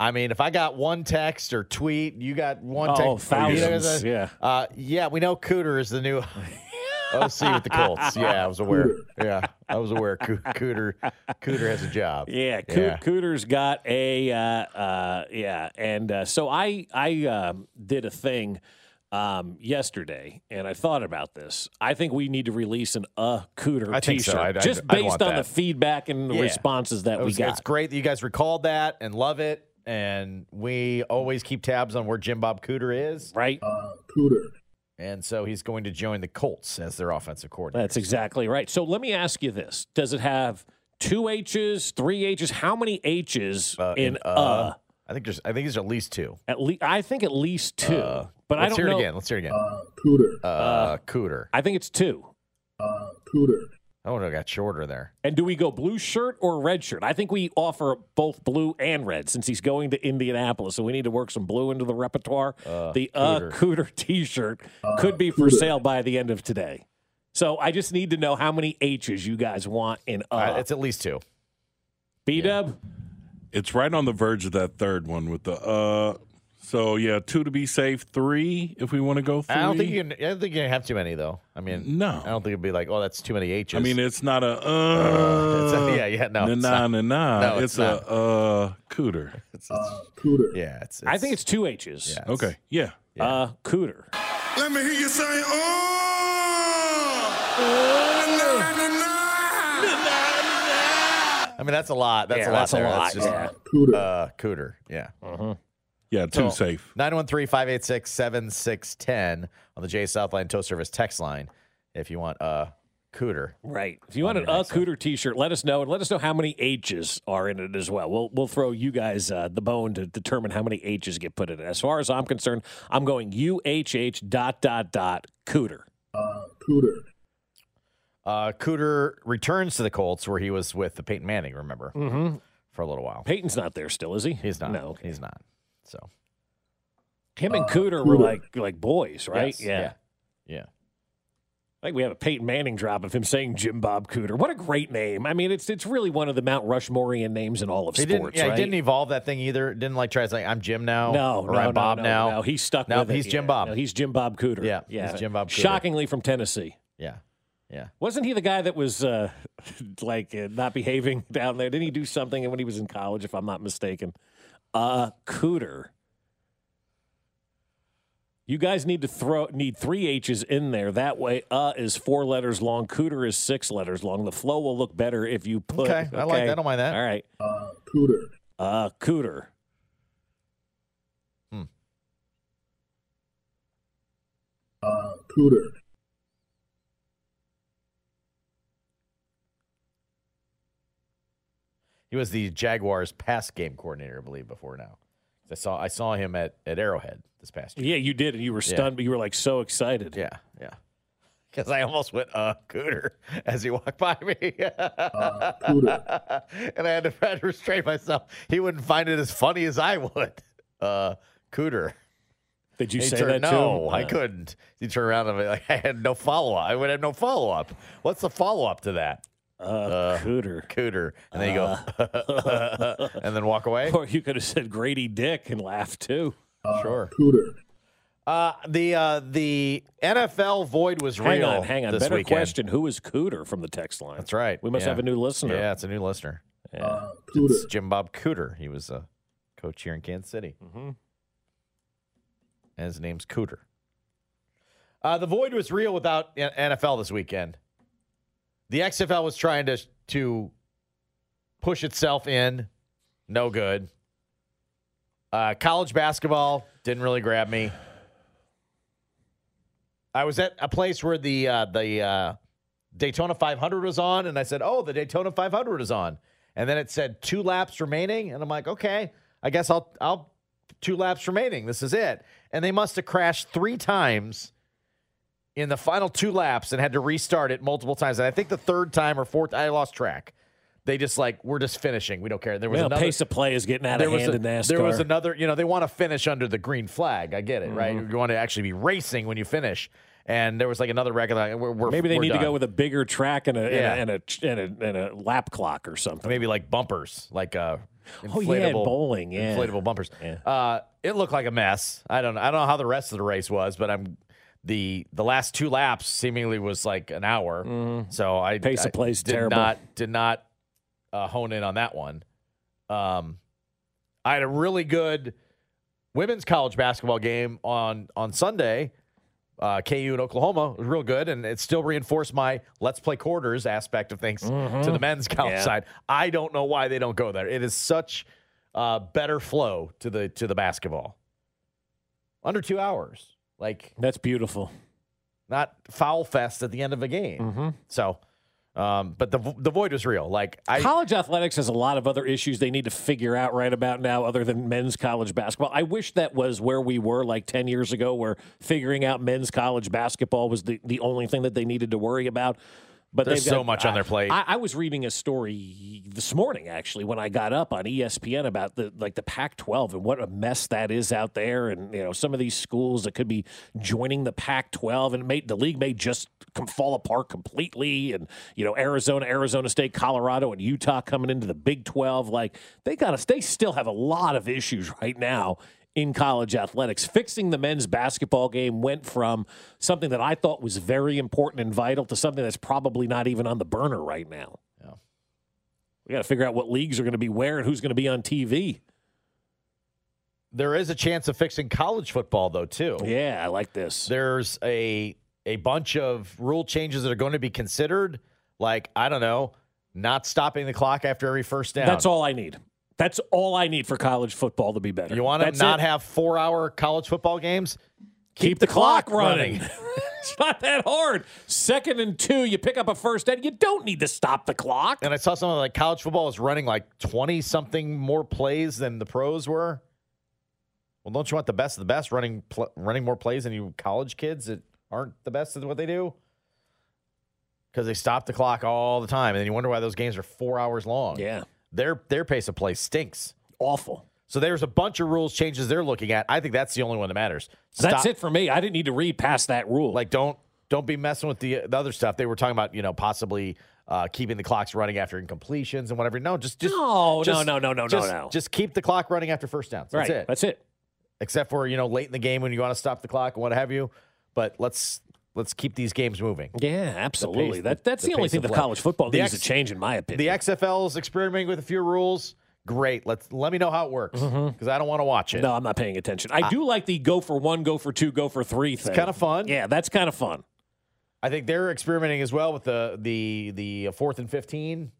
[SPEAKER 1] I mean, if I got one text or tweet, you got one
[SPEAKER 2] Oh,
[SPEAKER 1] text.
[SPEAKER 2] thousands,
[SPEAKER 1] you guys are-
[SPEAKER 2] yeah.
[SPEAKER 1] Uh, yeah, we know Cooter is the new OC with the Colts. Yeah, I was aware. Yeah, I was aware. Coo- Cooter, Cooter has a job.
[SPEAKER 2] Yeah, Coo-
[SPEAKER 1] Yeah.
[SPEAKER 2] Cooter's got a uh, uh, yeah, and uh, so I I um, did a thing um, yesterday, and I thought about this. I think we need to release an uh Cooter
[SPEAKER 1] I think
[SPEAKER 2] T-shirt
[SPEAKER 1] so. I'd- I'd-
[SPEAKER 2] just
[SPEAKER 1] I'd
[SPEAKER 2] based
[SPEAKER 1] want
[SPEAKER 2] on the
[SPEAKER 1] that.
[SPEAKER 2] feedback and the
[SPEAKER 1] Yeah.
[SPEAKER 2] responses that
[SPEAKER 1] It
[SPEAKER 2] we
[SPEAKER 1] was-
[SPEAKER 2] got.
[SPEAKER 1] It's great that you guys recalled that and love it. And we always keep tabs on where Jim Bob Cooter is.
[SPEAKER 2] Right,
[SPEAKER 1] And so he's going to join the Colts as their offensive coordinator.
[SPEAKER 2] that's exactly right. So let me ask you this: Does it have two H's, three H's? How many H's in, uh?
[SPEAKER 1] I think there's I think there's at least two.
[SPEAKER 2] At least I think at least two, but I
[SPEAKER 1] uh, Let's
[SPEAKER 2] don't
[SPEAKER 1] hear
[SPEAKER 2] know.
[SPEAKER 1] it again. Let's hear it again. Uh, Cooter. Uh, Cooter.
[SPEAKER 2] I think it's two.
[SPEAKER 1] Oh, no, it got shorter there.
[SPEAKER 2] And do we go blue shirt or red shirt? I think we offer both blue and red since he's going to Indianapolis. So we need to work some blue into the repertoire. the uh,
[SPEAKER 1] Cooter.
[SPEAKER 2] Cooter t shirt could be for sale by the end of today. So I just need to know how many H's you guys want in
[SPEAKER 1] Uh,
[SPEAKER 2] uh.
[SPEAKER 1] it's at least two.
[SPEAKER 2] B Dub?
[SPEAKER 7] It's right on the verge of that third one with the uh. So yeah, two to be safe. Three if we want to go. Three.
[SPEAKER 1] I don't think you can, I don't think you can have too many though. I mean,
[SPEAKER 7] No.
[SPEAKER 1] I don't think it'd be like, oh, that's too many H's.
[SPEAKER 7] I mean, it's not a uh.
[SPEAKER 1] it's
[SPEAKER 2] uh,
[SPEAKER 1] a- yeah, yeah, no,
[SPEAKER 7] Nah,
[SPEAKER 1] it's
[SPEAKER 7] nah,
[SPEAKER 1] not.
[SPEAKER 7] nah, nah.
[SPEAKER 1] No,
[SPEAKER 7] it's,
[SPEAKER 1] it's
[SPEAKER 7] a uh cooter.
[SPEAKER 1] it's, it's- yeah, it's,
[SPEAKER 2] I think it's two H's.
[SPEAKER 1] yeah, it's-
[SPEAKER 7] Okay, yeah.
[SPEAKER 2] Uh, Cooter.
[SPEAKER 8] Let me hear you say,
[SPEAKER 7] Oh.
[SPEAKER 8] oh! Na, na, na, na.
[SPEAKER 1] I mean, that's a lot. That's
[SPEAKER 2] Yeah,
[SPEAKER 1] a lot.
[SPEAKER 2] that's a
[SPEAKER 1] there.
[SPEAKER 2] lot,
[SPEAKER 1] just,
[SPEAKER 2] yeah.
[SPEAKER 8] Cooter.
[SPEAKER 1] Uh, Cooter. Yeah.
[SPEAKER 7] Yeah, too
[SPEAKER 1] So-
[SPEAKER 7] safe.
[SPEAKER 1] 913 586 7610 on the J Southline Tow Service text line if you want uh, Cooter.
[SPEAKER 2] Right. If you want an
[SPEAKER 1] your
[SPEAKER 2] A
[SPEAKER 1] next
[SPEAKER 2] Cooter T-shirt, let us know, and let us know how many H's are in it as well. We'll we'll throw you guys uh, the bone to determine how many H's get put in it. As far as I'm concerned, I'm going U H H dot dot dot Cooter.
[SPEAKER 8] Cooter.
[SPEAKER 1] Uh, Cooter returns to the Colts where he was with the Peyton Manning, remember,
[SPEAKER 2] Mm-hmm.
[SPEAKER 1] for a little while.
[SPEAKER 2] Peyton's not there still, is he?
[SPEAKER 1] He's not.
[SPEAKER 2] No. okay.
[SPEAKER 1] He's not. So,
[SPEAKER 2] Him and Cooter, were like like boys, right?
[SPEAKER 1] yes, yeah. Yeah.
[SPEAKER 2] I think we have a Peyton Manning drop of him saying Jim Bob Cooter. What a great name! I mean, it's it's really one of the Mount Rushmoreian names in all of
[SPEAKER 1] He didn't,
[SPEAKER 2] sports.
[SPEAKER 1] yeah,
[SPEAKER 2] right?
[SPEAKER 1] he didn't evolve that thing either. Didn't like try to say, I'm Jim now.
[SPEAKER 2] No,
[SPEAKER 1] or
[SPEAKER 2] no,
[SPEAKER 1] I'm
[SPEAKER 2] no,
[SPEAKER 1] Bob
[SPEAKER 2] no,
[SPEAKER 1] now.
[SPEAKER 2] No, he's stuck.
[SPEAKER 1] Now
[SPEAKER 2] with it.
[SPEAKER 1] he's Jim
[SPEAKER 2] Yeah,
[SPEAKER 1] Bob.
[SPEAKER 2] no, he's Jim Bob Cooter.
[SPEAKER 1] Yeah, he's Jim Bob Cooter.
[SPEAKER 2] Shockingly from Tennessee.
[SPEAKER 1] Yeah. Yeah.
[SPEAKER 2] Wasn't he the guy that was uh, like uh, not behaving down there? Didn't he do something when he was in college, if I'm not mistaken? Uh, Cooter. You guys need to throw need three H's in there. That way, uh is four letters long. Cooter is six letters long. The flow will look better if you put.
[SPEAKER 1] Okay, I like that. I don't mind that.
[SPEAKER 2] All right,
[SPEAKER 8] Cooter.
[SPEAKER 2] uh, Cooter.
[SPEAKER 8] Cooter.
[SPEAKER 1] He was the Jaguars pass game coordinator, I believe, before now. I saw I saw him at, at Arrowhead this past year.
[SPEAKER 2] Yeah, you did, and you were
[SPEAKER 1] Yeah.
[SPEAKER 2] stunned, but you were like so excited.
[SPEAKER 1] Yeah, yeah. Because I almost went uh cooter as he walked by me, Uh, and I had to try to restrain myself. He wouldn't find it as funny as I would. Uh, cooter.
[SPEAKER 2] Did you
[SPEAKER 1] He
[SPEAKER 2] say
[SPEAKER 1] turned-
[SPEAKER 2] that too? Uh,
[SPEAKER 1] no, I couldn't. He turned around and I'm like I had no follow up. I would have no follow up. What's the follow up to that?
[SPEAKER 2] Uh, Cooter.
[SPEAKER 1] Cooter, and then you
[SPEAKER 2] Uh.
[SPEAKER 1] go, and then walk away.
[SPEAKER 2] Or you could have said Grady Dick and laughed too.
[SPEAKER 1] Sure.
[SPEAKER 8] Cooter.
[SPEAKER 1] Uh, the uh, the NFL void was real.
[SPEAKER 2] Hang on, hang on.
[SPEAKER 1] This
[SPEAKER 2] Better
[SPEAKER 1] weekend.
[SPEAKER 2] question: Who is Cooter from the text line?
[SPEAKER 1] That's right.
[SPEAKER 2] We must
[SPEAKER 1] yeah.
[SPEAKER 2] have a new listener.
[SPEAKER 1] Yeah, it's a new listener.
[SPEAKER 2] Yeah.
[SPEAKER 1] It's Jim Bob Cooter. He was a coach here in Kansas City.
[SPEAKER 2] Mhm.
[SPEAKER 1] And his name's Cooter. Uh, the void was real without N- NFL this weekend. The XFL was trying to to push itself in. No good. Uh, college basketball didn't really grab me. I was at a place where the uh, the uh, Daytona 500 was on, and I said, "Oh, the Daytona 500 is on." And then it said two laps remaining, and I'm like, "Okay, I guess I'll I'll two laps remaining. This is it." And they must have crashed three times in the final two laps and had to restart it multiple times. And I think the third time or fourth, I lost track. They just like we're just finishing. We don't care. There was
[SPEAKER 2] Well,
[SPEAKER 1] another
[SPEAKER 2] pace of play is getting out of hand
[SPEAKER 1] a-
[SPEAKER 2] in NASCAR.
[SPEAKER 1] there was another, you know, they want to finish under the green flag. I get it, right?
[SPEAKER 2] Mm-hmm.
[SPEAKER 1] You want to actually be racing when you finish. And there was like another record. Like, we're, we're,
[SPEAKER 2] Maybe they
[SPEAKER 1] we're
[SPEAKER 2] need
[SPEAKER 1] done.
[SPEAKER 2] to go with a bigger track and a,
[SPEAKER 1] Yeah.
[SPEAKER 2] and, a, and, a, and, a, and a lap clock or something.
[SPEAKER 1] maybe like bumpers, like uh, inflatable
[SPEAKER 2] Oh, yeah, bowling, yeah.
[SPEAKER 1] inflatable bumpers.
[SPEAKER 2] Yeah.
[SPEAKER 1] Uh, it looked like a mess. I don't, I don't know how the rest of the race was, but I'm the the last two laps seemingly was like an hour. So I
[SPEAKER 2] Mm. Mm-hmm. Pace of
[SPEAKER 1] I
[SPEAKER 2] play's
[SPEAKER 1] did
[SPEAKER 2] terrible.
[SPEAKER 1] not did not uh, hone in on that one. Um, I had a really good women's college basketball game on on Sunday. Uh, KU in Oklahoma was real good, and it still reinforced my let's play quarters aspect of things to the men's college
[SPEAKER 2] Mm-hmm. Yeah.
[SPEAKER 1] side. I don't know why they don't go there. It is such uh, better flow to the to the basketball. Under two hours, like
[SPEAKER 2] That's beautiful.
[SPEAKER 1] not foul fest at the end of a game. So, um, but the vo- the void was real. Like I,
[SPEAKER 2] college athletics has a lot of other issues they need to figure out right about now, other than men's college basketball. I wish that was where we were like 10 years ago, where figuring out men's college basketball was the, the only thing that they needed to worry about. But
[SPEAKER 1] There's
[SPEAKER 2] they've got-
[SPEAKER 1] so much on their plate.
[SPEAKER 2] I, I was reading a story this morning, actually, when I got up on E ESPN about the like the Pac-12 and what a mess that is out there, and you know some of these schools that could be joining the Pac-12, and it may, the league may just com- fall apart completely, and you know Arizona, Arizona State, Colorado, and Utah coming into the Big 12, like they got us. They still have a lot of issues right now in college athletics. Fixing the men's basketball game went from something that I thought was very important and vital to something that's probably not even on the burner right now.
[SPEAKER 1] Yeah.
[SPEAKER 2] We got to figure out what leagues are going to be where and who's going to be on TV.
[SPEAKER 1] there is a chance of fixing college football though too.
[SPEAKER 2] Yeah, I like this.
[SPEAKER 1] There's a a bunch of rule changes that are going to be considered. Like I don't know, not stopping the clock after every first down.
[SPEAKER 2] That's all I need. That's all I need for college football to be better.
[SPEAKER 1] You want to
[SPEAKER 2] That's
[SPEAKER 1] not
[SPEAKER 2] it.
[SPEAKER 1] have four hour college football games?
[SPEAKER 2] keep, the, clock, running. it's not that hard. Second and two, you pick up a first down. You don't need to stop the clock.
[SPEAKER 1] And I saw something like college football is running like 20 something more plays than the pros were. Well, don't you want the best of the best running pl- running more plays than you college kids that aren't the best at what they do? Because they stop the clock all the time, and then you wonder why those games are four hours long.
[SPEAKER 2] Yeah,
[SPEAKER 1] their their pace of play stinks.
[SPEAKER 2] awful.
[SPEAKER 1] So there's a bunch of rules changes they're looking at. I think that's the only one that matters.
[SPEAKER 2] That's
[SPEAKER 1] Stop-
[SPEAKER 2] it for me. I didn't need to read past that rule.
[SPEAKER 1] Like don't don't be messing with the, the other stuff. They were talking about you know possibly uh, keeping the clocks running after incompletions and whatever. No, just just
[SPEAKER 2] No, no,
[SPEAKER 1] just-
[SPEAKER 2] no, no, no, no,
[SPEAKER 1] just,
[SPEAKER 2] no.
[SPEAKER 1] Just keep the clock running after first downs.
[SPEAKER 2] right.
[SPEAKER 1] That's it.
[SPEAKER 2] That's it.
[SPEAKER 1] Except for you know late in the game when you want to stop the clock and what have you. But let's let's keep these games moving.
[SPEAKER 2] Yeah, absolutely. that that's
[SPEAKER 1] the
[SPEAKER 2] the, only
[SPEAKER 1] pace
[SPEAKER 2] thing
[SPEAKER 1] of
[SPEAKER 2] that
[SPEAKER 1] play.
[SPEAKER 2] college football
[SPEAKER 1] The
[SPEAKER 2] needs
[SPEAKER 1] ex-
[SPEAKER 2] to change, in my opinion.
[SPEAKER 1] The XFL's experimenting with a few rules. Great. Let's let me know how it works because I don't want to watch it.
[SPEAKER 2] Mm-hmm. no, I'm not paying attention. I, do like the go for one, go for two, go for three thing.
[SPEAKER 1] kinda fun.
[SPEAKER 2] Yeah, that's kind of fun.
[SPEAKER 1] I think they're experimenting as well with the the the fourth and fifteen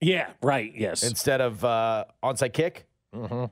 [SPEAKER 2] Yeah, right. Yes.
[SPEAKER 1] instead of uh, onside kick.
[SPEAKER 2] Mhm.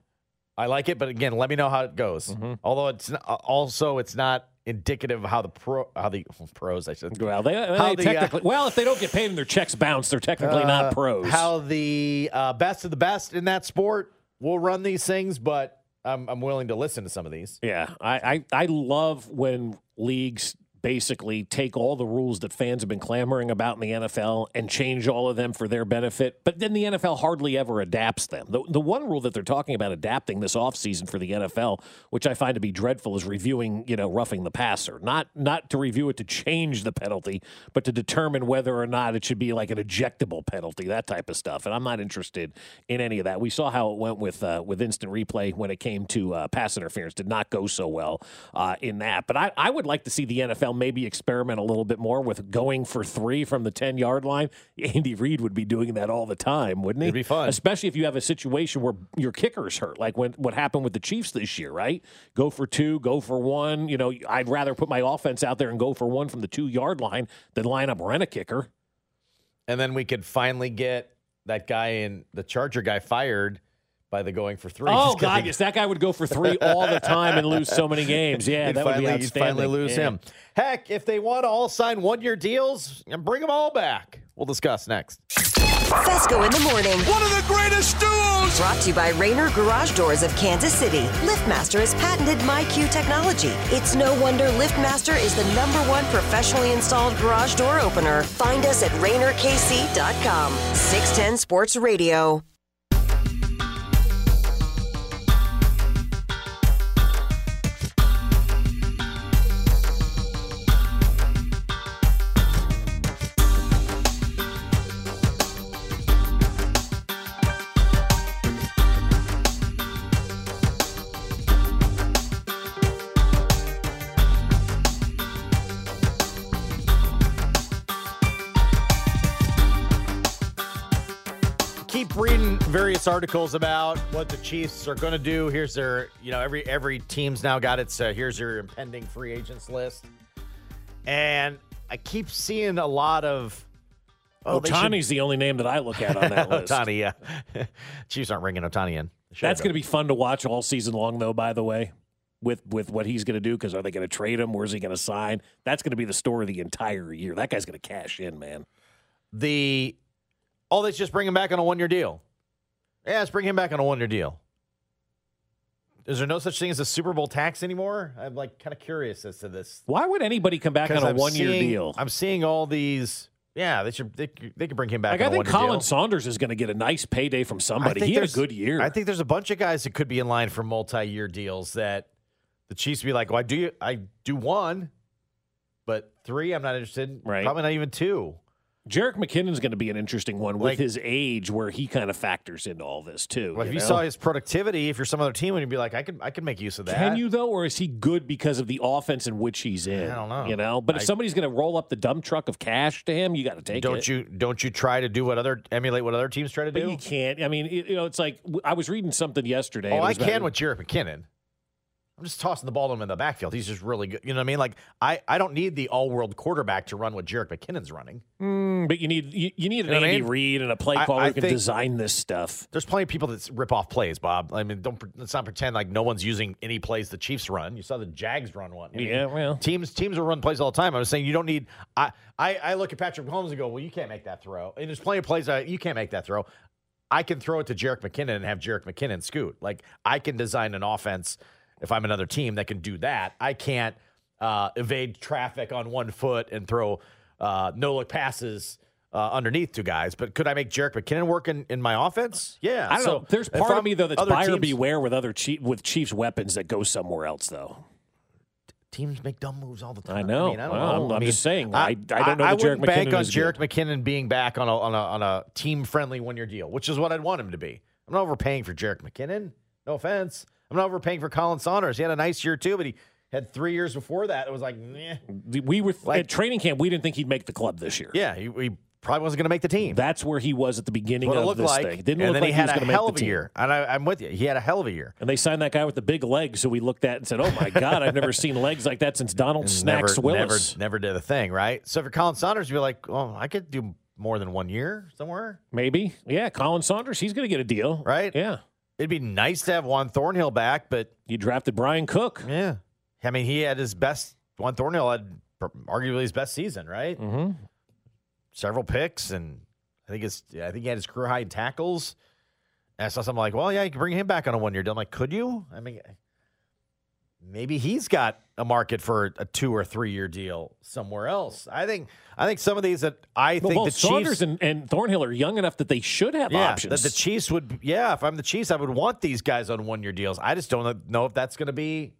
[SPEAKER 1] I like it, but again, let me know how it goes.
[SPEAKER 2] Mm-hmm.
[SPEAKER 1] Although it's not, also it's not indicative of how the pro how the pros I should
[SPEAKER 2] Well, they, they
[SPEAKER 1] How the, uh,
[SPEAKER 2] technically. well, if they don't get paid and their checks bounce, they're technically
[SPEAKER 1] Uh,
[SPEAKER 2] not pros.
[SPEAKER 1] how the uh, best of the best in that sport will run these things, but I'm I'm willing to listen to some of these.
[SPEAKER 2] Yeah, I, I I love when leagues basically take all the rules that fans have been clamoring about in the NFL and change all of them for their benefit. But then the NFL hardly ever adapts them. The, the one rule that they're talking about adapting this offseason for the NFL, which I find to be dreadful, is reviewing, you know, roughing the passer. Not not to review it to change the penalty, but to determine whether or not it should be like an ejectable penalty, that type of stuff. And I'm not interested in any of that. We saw how it went with uh, with instant replay when it came to uh, pass interference. Did not go so well uh, in that. But I, I would like to see the NFL maybe experiment a little bit more with going for three from the 10 yard line. Andy Reid would be doing that all the time, wouldn't he?
[SPEAKER 1] It'd be fun.
[SPEAKER 2] Especially if you have a situation where your kicker's hurt, like when what happened with the Chiefs this year, right? Go for two, go for one. You know, I'd rather put my offense out there and go for one from the two yard line than line up rent a kicker.
[SPEAKER 1] And then we could finally get that guy in the Charger guy fired by the going for three.
[SPEAKER 2] Oh God, yes, that guy would go for three all the time and lose so many games. Yeah,
[SPEAKER 1] You'd
[SPEAKER 2] that
[SPEAKER 1] finally,
[SPEAKER 2] would be
[SPEAKER 1] you'd
[SPEAKER 2] outstanding.
[SPEAKER 1] finally lose
[SPEAKER 2] Yeah.
[SPEAKER 1] him. Heck, if they want to all sign one year deals and bring them all back, we'll discuss next.
[SPEAKER 5] Fesco in the morning.
[SPEAKER 9] One of the greatest duos!
[SPEAKER 5] Brought to you by Rainer Garage Doors of Kansas City. LiftMaster has patented MyQ technology. It's no wonder LiftMaster is the number one professionally installed garage door opener. Find us at RainerKC.com. 610 Sports Radio.
[SPEAKER 1] keep reading various articles about what the Chiefs are going to do. Here's their, you know, every every team's now got its uh, here's your impending free agents list, and I keep seeing a lot of oh, they should-
[SPEAKER 2] Otani's the only name that I look at on that list.
[SPEAKER 1] Otani. Yeah, Chiefs aren't ringing Otani in.
[SPEAKER 2] That's going to be fun to watch all season long, though. By the way, with with what he's going to do, because are they going to trade him? Where's he going to sign? That's going to be the story the entire year. That guy's going to cash in, man.
[SPEAKER 1] the oh, let's just bring him back on a one year deal. Yeah, let's bring him back on a one year deal. Is there no such thing as a Super Bowl tax anymore? I'm like kind of curious as to this
[SPEAKER 2] Why would anybody come back on a
[SPEAKER 1] I'm
[SPEAKER 2] one year
[SPEAKER 1] seeing-
[SPEAKER 2] deal?
[SPEAKER 1] I'm seeing all these. Yeah, they should. They, could- they could bring him back.
[SPEAKER 2] like,
[SPEAKER 1] on
[SPEAKER 2] I
[SPEAKER 1] a
[SPEAKER 2] think
[SPEAKER 1] one-year
[SPEAKER 2] Colin
[SPEAKER 1] deal.
[SPEAKER 2] Saunders is going to get a nice payday from
[SPEAKER 1] I
[SPEAKER 2] somebody.
[SPEAKER 1] think
[SPEAKER 2] He had a
[SPEAKER 1] there's-
[SPEAKER 2] good year.
[SPEAKER 1] I think there's a bunch of guys that could be in line for multi-year deals that the Chiefs would be like, "Well, I do. I do one, but three, I'm not interested. in.
[SPEAKER 2] Right.
[SPEAKER 1] Probably not even two.
[SPEAKER 2] Jarek McKinnon's going to be an interesting one with
[SPEAKER 1] Like-
[SPEAKER 2] his age, where he kind of factors into all this too.
[SPEAKER 1] Well, if you
[SPEAKER 2] know?
[SPEAKER 1] saw his productivity, if you're some other team, and you'd be like, I could, I could make use of that.
[SPEAKER 2] Can you though, or is he good because of the offense in which he's in?
[SPEAKER 1] I don't know.
[SPEAKER 2] You know, but if
[SPEAKER 1] I-
[SPEAKER 2] somebody's going to roll up the dump truck of cash to him, you got to take it.
[SPEAKER 1] Don't you? Don't you try to do what other emulate what other teams try to
[SPEAKER 2] But
[SPEAKER 1] do?
[SPEAKER 2] you can't. I mean, it- you know, it's like w- I was reading something yesterday.
[SPEAKER 1] Oh,
[SPEAKER 2] and it
[SPEAKER 1] I
[SPEAKER 2] was about-
[SPEAKER 1] can with Jarek McKinnon. I'm just tossing the ball to him in the backfield. He's just really good. You know what I mean? Like I, I don't need the all world quarterback to run what Jarek McKinnon's running.
[SPEAKER 2] Mm, but you need you, you need an
[SPEAKER 1] You know what I
[SPEAKER 2] Andy
[SPEAKER 1] mean?
[SPEAKER 2] Reid and a play
[SPEAKER 1] I-
[SPEAKER 2] caller
[SPEAKER 1] I
[SPEAKER 2] who can
[SPEAKER 1] think-
[SPEAKER 2] design this stuff.
[SPEAKER 1] There's plenty of people that s- rip off plays, Bob. I mean, don't pre- let's not pretend like no one's using any plays the Chiefs run. You saw the Jags run one. You know,
[SPEAKER 2] Yeah, well.
[SPEAKER 1] teams teams will run plays all the time. I was saying you don't need. I I, I look at Patrick Mahomes and go, well, you can't make that throw. And there's plenty of plays that you can't make that throw. I can throw it to Jarek McKinnon and have Jarek McKinnon scoot. Like I can design an offense if I'm another team that can do that. I can't uh, evade traffic on one foot and throw uh, no look passes. Uh, underneath two guys, but could I make Jarek McKinnon work in, in my offense? Yeah,
[SPEAKER 2] I don't
[SPEAKER 1] so
[SPEAKER 2] know. There's
[SPEAKER 1] if
[SPEAKER 2] part
[SPEAKER 1] I'm
[SPEAKER 2] of me though that's
[SPEAKER 1] other
[SPEAKER 2] buyer
[SPEAKER 1] teams-
[SPEAKER 2] beware with other chief, with Chiefs weapons that go somewhere else though.
[SPEAKER 1] Teams make dumb moves all the time.
[SPEAKER 2] I know.
[SPEAKER 1] mean, I
[SPEAKER 2] Well, I'm-
[SPEAKER 1] I
[SPEAKER 2] I'm
[SPEAKER 1] mean,
[SPEAKER 2] just saying, I- I don't know
[SPEAKER 1] I
[SPEAKER 2] that Jerick
[SPEAKER 1] wouldn't bank
[SPEAKER 2] McKinnon
[SPEAKER 1] on
[SPEAKER 2] is good.
[SPEAKER 1] Jarek McKinnon being back on a on a on a team friendly one year deal, which is what I'd want him to be. I'm not overpaying for Jarek McKinnon. No offense. I'm not overpaying for Colin Saunders. He had a nice year too, but he had three years before that. It was like, meh.
[SPEAKER 2] The- We were
[SPEAKER 1] Like-
[SPEAKER 2] at training camp. We didn't think he'd make the club this year.
[SPEAKER 1] yeah, he, he probably wasn't going to make the team.
[SPEAKER 2] That's where he was at the beginning
[SPEAKER 1] what it
[SPEAKER 2] of
[SPEAKER 1] looked
[SPEAKER 2] this
[SPEAKER 1] like.
[SPEAKER 2] thing.
[SPEAKER 1] and
[SPEAKER 2] Didn't look
[SPEAKER 1] then
[SPEAKER 2] like
[SPEAKER 1] he
[SPEAKER 2] was
[SPEAKER 1] had a
[SPEAKER 2] going to
[SPEAKER 1] hell
[SPEAKER 2] make
[SPEAKER 1] of
[SPEAKER 2] the
[SPEAKER 1] a
[SPEAKER 2] team.
[SPEAKER 1] year. And I, I'm with you. He had a hell of a year.
[SPEAKER 2] And they signed that guy with the big legs, who we looked at and said, "Oh my God, I've never seen legs like that since Donald
[SPEAKER 1] and
[SPEAKER 2] Snacks
[SPEAKER 1] never, never,
[SPEAKER 2] Willis."
[SPEAKER 1] never did a thing, right? So for Colin Saunders, you'd be like, well, I could do more than one year somewhere.
[SPEAKER 2] Maybe, yeah. Colin Saunders, he's going to get a deal,
[SPEAKER 1] Right.
[SPEAKER 2] Yeah.
[SPEAKER 1] It'd be nice to have Juan Thornhill back, but
[SPEAKER 2] You drafted Brian Cook.
[SPEAKER 1] yeah, I mean, he had his best. Juan Thornhill had pr- arguably his best season, right?
[SPEAKER 2] Mm-hmm.
[SPEAKER 1] Several picks, and I think it's yeah, I think he had his career high in tackles. And I saw something like, well, yeah, you can bring him back on a one year deal. I'm like, could you? I mean, maybe he's got a market for a two or three year deal somewhere else. I think I think some of these that I
[SPEAKER 2] But
[SPEAKER 1] think
[SPEAKER 2] both
[SPEAKER 1] the
[SPEAKER 2] Saunders
[SPEAKER 1] Chiefs
[SPEAKER 2] and, and Thornhill are young enough that they should have
[SPEAKER 1] yeah,
[SPEAKER 2] options.
[SPEAKER 1] That the Chiefs would, yeah. If I'm the Chiefs, I would want these guys on one year deals. I just don't know if that's going to be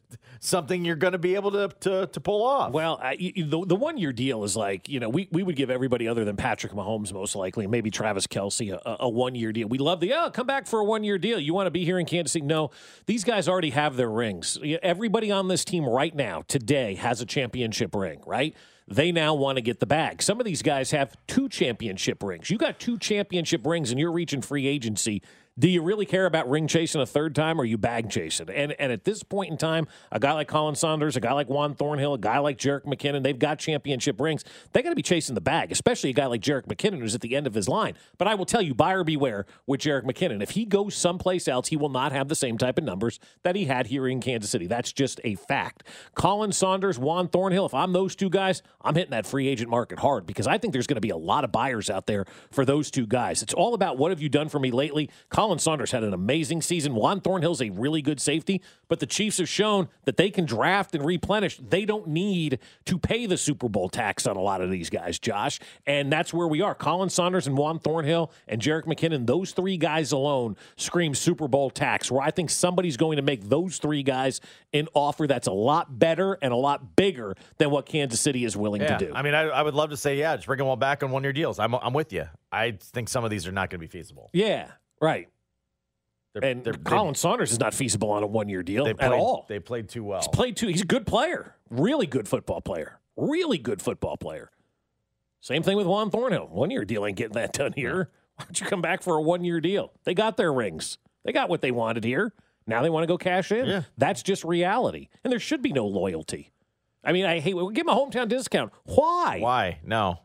[SPEAKER 1] something you're going to be able to, to to pull off.
[SPEAKER 2] Well, I, you- you- the, the one year deal is like, you know, we, we would give everybody other than Patrick Mahomes, most likely, and maybe Travis Kelsey, a, a one year deal. We love the, oh, come back for a one year deal. You want to be here in Kansas City? No, these guys already have their rings. Yeah, Everybody on this team right now, today, has a championship ring, right? They now want to get the bag. Some of these guys have two championship rings. You got two championship rings and you're reaching free agency. Do you really care about ring chasing a third time or are you bag chasing? And and at this point in time, a guy like Colin Saunders, a guy like Juan Thornhill, a guy like Jarek McKinnon, they've got championship rings. They're going to be chasing the bag, especially a guy like Jarek McKinnon who's at the end of his line. But I will tell you, buyer beware with Jarek McKinnon. If he goes someplace else, he will not have the same type of numbers that he had here in Kansas City. That's just a fact. Colin Saunders, Juan Thornhill, if I'm those two guys, I'm hitting that free agent market hard because I think there's going to be a lot of buyers out there for those two guys. It's all about what have you done for me lately. Colin Saunders had an amazing season. Juan Thornhill's a really good safety, but the Chiefs have shown that they can draft and replenish. They don't need to pay the Super Bowl tax on a lot of these guys, Josh. And that's where we are. Colin Saunders and Juan Thornhill and Jarek McKinnon, those three guys alone scream Super Bowl tax, where I think somebody's going to make those three guys an offer that's a lot better and a lot bigger than what Kansas City is willing
[SPEAKER 1] yeah.
[SPEAKER 2] to do.
[SPEAKER 1] I mean, I, I would love to say, yeah, just bring them all back on one year deals. I'm I'm with you. I think some of these are not going to be feasible.
[SPEAKER 2] yeah, right.
[SPEAKER 1] They're,
[SPEAKER 2] And
[SPEAKER 1] they're-
[SPEAKER 2] Colin Saunders is not feasible on a one year deal
[SPEAKER 1] they, they
[SPEAKER 2] at
[SPEAKER 1] played,
[SPEAKER 2] all.
[SPEAKER 1] They played too well.
[SPEAKER 2] He's played too. He's a good player. Really good football player. Really good football player. Same thing with Juan Thornhill. One year deal ain't getting that done here. Why don't you come back for a one year deal? They got their rings. They got what they wanted here. Now they want to go cash in.
[SPEAKER 1] Yeah.
[SPEAKER 2] That's just reality. And there should be no loyalty. I mean, I hate well, give him a hometown discount. Why?
[SPEAKER 1] Why? No.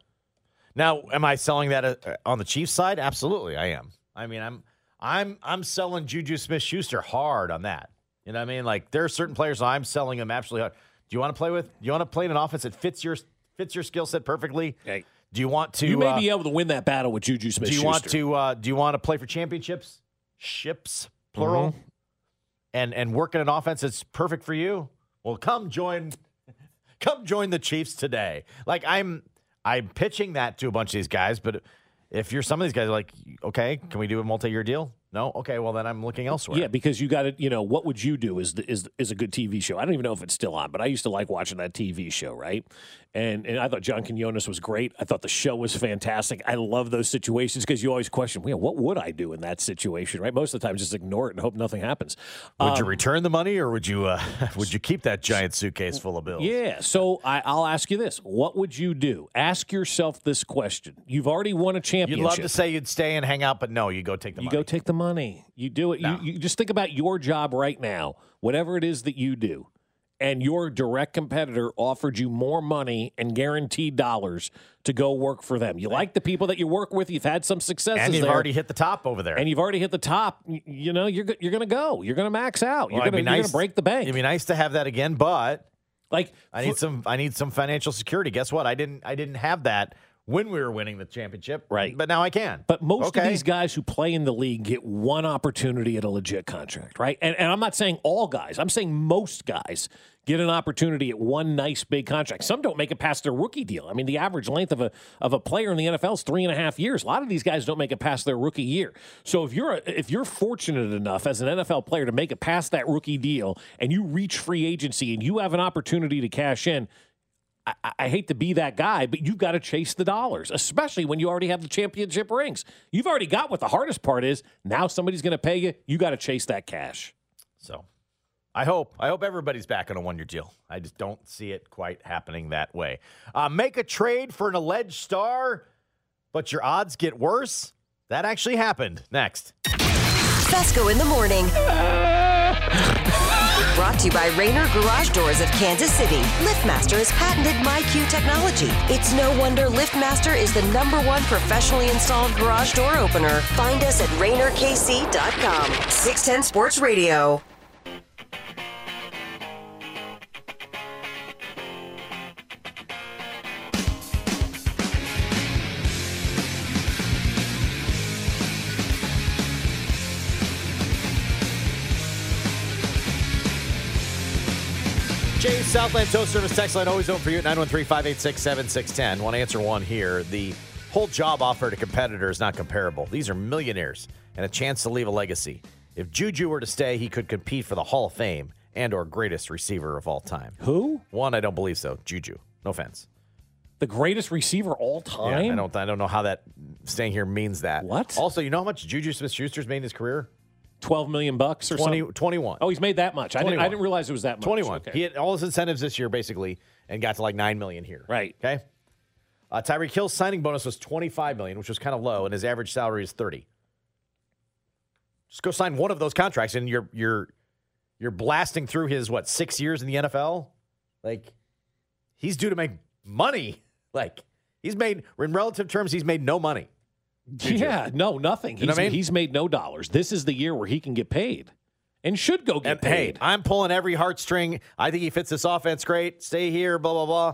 [SPEAKER 1] Now, am I selling that uh, on the Chiefs side? Absolutely, I am. I mean, I'm I'm I'm selling Juju Smith-Schuster hard on that. You know what I mean? Like there are certain players I'm selling them absolutely hard. Do you want to play with? Do you want to play in an offense that fits your fits your skill set perfectly?
[SPEAKER 2] Hey.
[SPEAKER 1] Do you want to?
[SPEAKER 2] You may
[SPEAKER 1] uh,
[SPEAKER 2] be able to win that battle with Juju Smith.
[SPEAKER 1] do you want to? Uh, do you want to play for championships? Ships, plural. And and work in an offense that's perfect for you. Well, come join, come join the Chiefs today. Like I'm, I'm pitching that to a bunch of these guys. But if you're some of these guys, like, okay, can we do a multi-year deal? No, okay, well then I'm looking elsewhere.
[SPEAKER 2] Yeah, because you got to, you know, what would you do is the, is is a good TV show. I don't even know if it's still on, but I used to like watching that TV show, right? And and I thought John Quinones was great. I thought the show was fantastic. I love those situations because you always question, well, what would I do in that situation, right? Most of the time, just ignore it and hope nothing happens. Uh,
[SPEAKER 1] Would you return the money or would you uh, would you keep that giant suitcase full of bills?
[SPEAKER 2] Yeah. So I, I'll ask you this: What would you do? Ask yourself this question. You've already won a
[SPEAKER 1] You'd
[SPEAKER 2] championship.
[SPEAKER 1] love to say you'd stay and hang out, but no, you go take the
[SPEAKER 2] you
[SPEAKER 1] money.
[SPEAKER 2] go take the money. You do it. You, you just think about your job right now, whatever it is that you do, and your direct competitor offered you more money and guaranteed dollars to go work for them. You like the people that you work with. You've had some successes.
[SPEAKER 1] and you've
[SPEAKER 2] there,
[SPEAKER 1] already hit the top over there.
[SPEAKER 2] And you've already hit the top. y- You know you're go- you're going to go. You're going to max out.
[SPEAKER 1] Well,
[SPEAKER 2] you're
[SPEAKER 1] it'd
[SPEAKER 2] going
[SPEAKER 1] be
[SPEAKER 2] to break the bank.
[SPEAKER 1] It'd be nice to have that again, but
[SPEAKER 2] like
[SPEAKER 1] I need some. I need some financial security. Guess what? I didn't. I didn't have that when we were winning the championship.
[SPEAKER 2] Right.
[SPEAKER 1] But now I can.
[SPEAKER 2] But most of
[SPEAKER 1] Okay.
[SPEAKER 2] these guys who play in the league get one opportunity at a legit contract, right? And, and I'm not saying all guys, I'm saying most guys get an opportunity at one nice big contract. Some don't make it past their rookie deal. I mean, the average length of a of a player in the NFL is three and a half years. A lot of these guys don't make it past their rookie year. So if you're a, if you're fortunate enough as an NFL player to make it past that rookie deal and you reach free agency and you have an opportunity to cash in, I, I- I hate to be that guy, but you've got to chase the dollars, especially when you already have the championship rings. You've already got what the hardest part is. Now somebody's going to pay you. You got to chase that cash.
[SPEAKER 1] So I hope I hope everybody's back on a one year deal. I just don't see it quite happening that way. Uh, make a trade for an alleged star, but your odds get worse. That actually happened. Next.
[SPEAKER 5] Fesco in the morning. Brought to you by Rainer Garage Doors of Kansas City. LiftMaster has patented MyQ technology. It's no wonder LiftMaster is the number one professionally installed garage door opener. Find us at RainerKC.com. 610 Sports Radio.
[SPEAKER 1] James Southland Tow Service text line always open for you at 913 586 7610. Want to answer one here. The whole job offer to competitor is not comparable. These are millionaires and a chance to leave a legacy. If Juju were to stay, he could compete for the Hall of Fame and or greatest receiver of all time.
[SPEAKER 2] Who?
[SPEAKER 1] One, I don't believe so. Juju. No offense.
[SPEAKER 2] The greatest receiver all
[SPEAKER 1] Yeah,
[SPEAKER 2] time?
[SPEAKER 1] I don't. I don't know how that staying here means that.
[SPEAKER 2] What?
[SPEAKER 1] Also, you know how much Juju Smith-Schuster's made in his career?
[SPEAKER 2] 12 million bucks or
[SPEAKER 1] 20,
[SPEAKER 2] something?
[SPEAKER 1] 21.
[SPEAKER 2] Oh, he's made that much. I didn't,
[SPEAKER 1] 21.
[SPEAKER 2] I didn't realize it was that much.
[SPEAKER 1] 21.
[SPEAKER 2] Okay.
[SPEAKER 1] He had all his incentives this year basically, and got to like nine million here.
[SPEAKER 2] right.
[SPEAKER 1] Okay. Uh, Tyreek Hill's signing bonus was 25 million, which was kind of low, and his average salary is 30. Just go sign one of those contracts, and you're you're you're blasting through his what six years in the NFL. Like he's due to make money. Like he's made in relative terms, he's made no money.
[SPEAKER 2] Yeah, no, nothing. He's,
[SPEAKER 1] know what I mean?
[SPEAKER 2] he's made no dollars. This is the year where he can get paid and should go get
[SPEAKER 1] And hey,
[SPEAKER 2] paid.
[SPEAKER 1] I'm pulling every heartstring. I think he fits this offense great. Stay here, blah blah blah.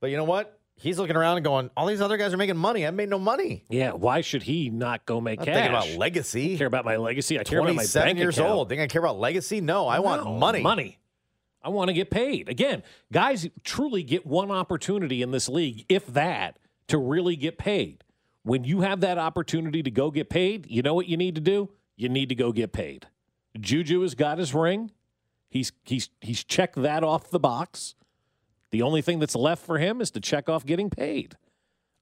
[SPEAKER 1] But you know what? He's looking around and going, all these other guys are making money. I made no money.
[SPEAKER 2] yeah, why should he not go make
[SPEAKER 1] I'm
[SPEAKER 2] cash?
[SPEAKER 1] thinking about legacy.
[SPEAKER 2] care about my legacy. I care about my
[SPEAKER 1] 27
[SPEAKER 2] bank
[SPEAKER 1] years
[SPEAKER 2] account.
[SPEAKER 1] old. Think I care about legacy? No, I
[SPEAKER 2] No,
[SPEAKER 1] want money.
[SPEAKER 2] Money. I want to get paid. Again, guys truly get one opportunity in this league, if that, to really get paid. When you have that opportunity to go get paid, you know what you need to do? You need to go get paid. Juju has got his ring. He's he's he's checked that off the box. The only thing that's left for him is to check off getting paid.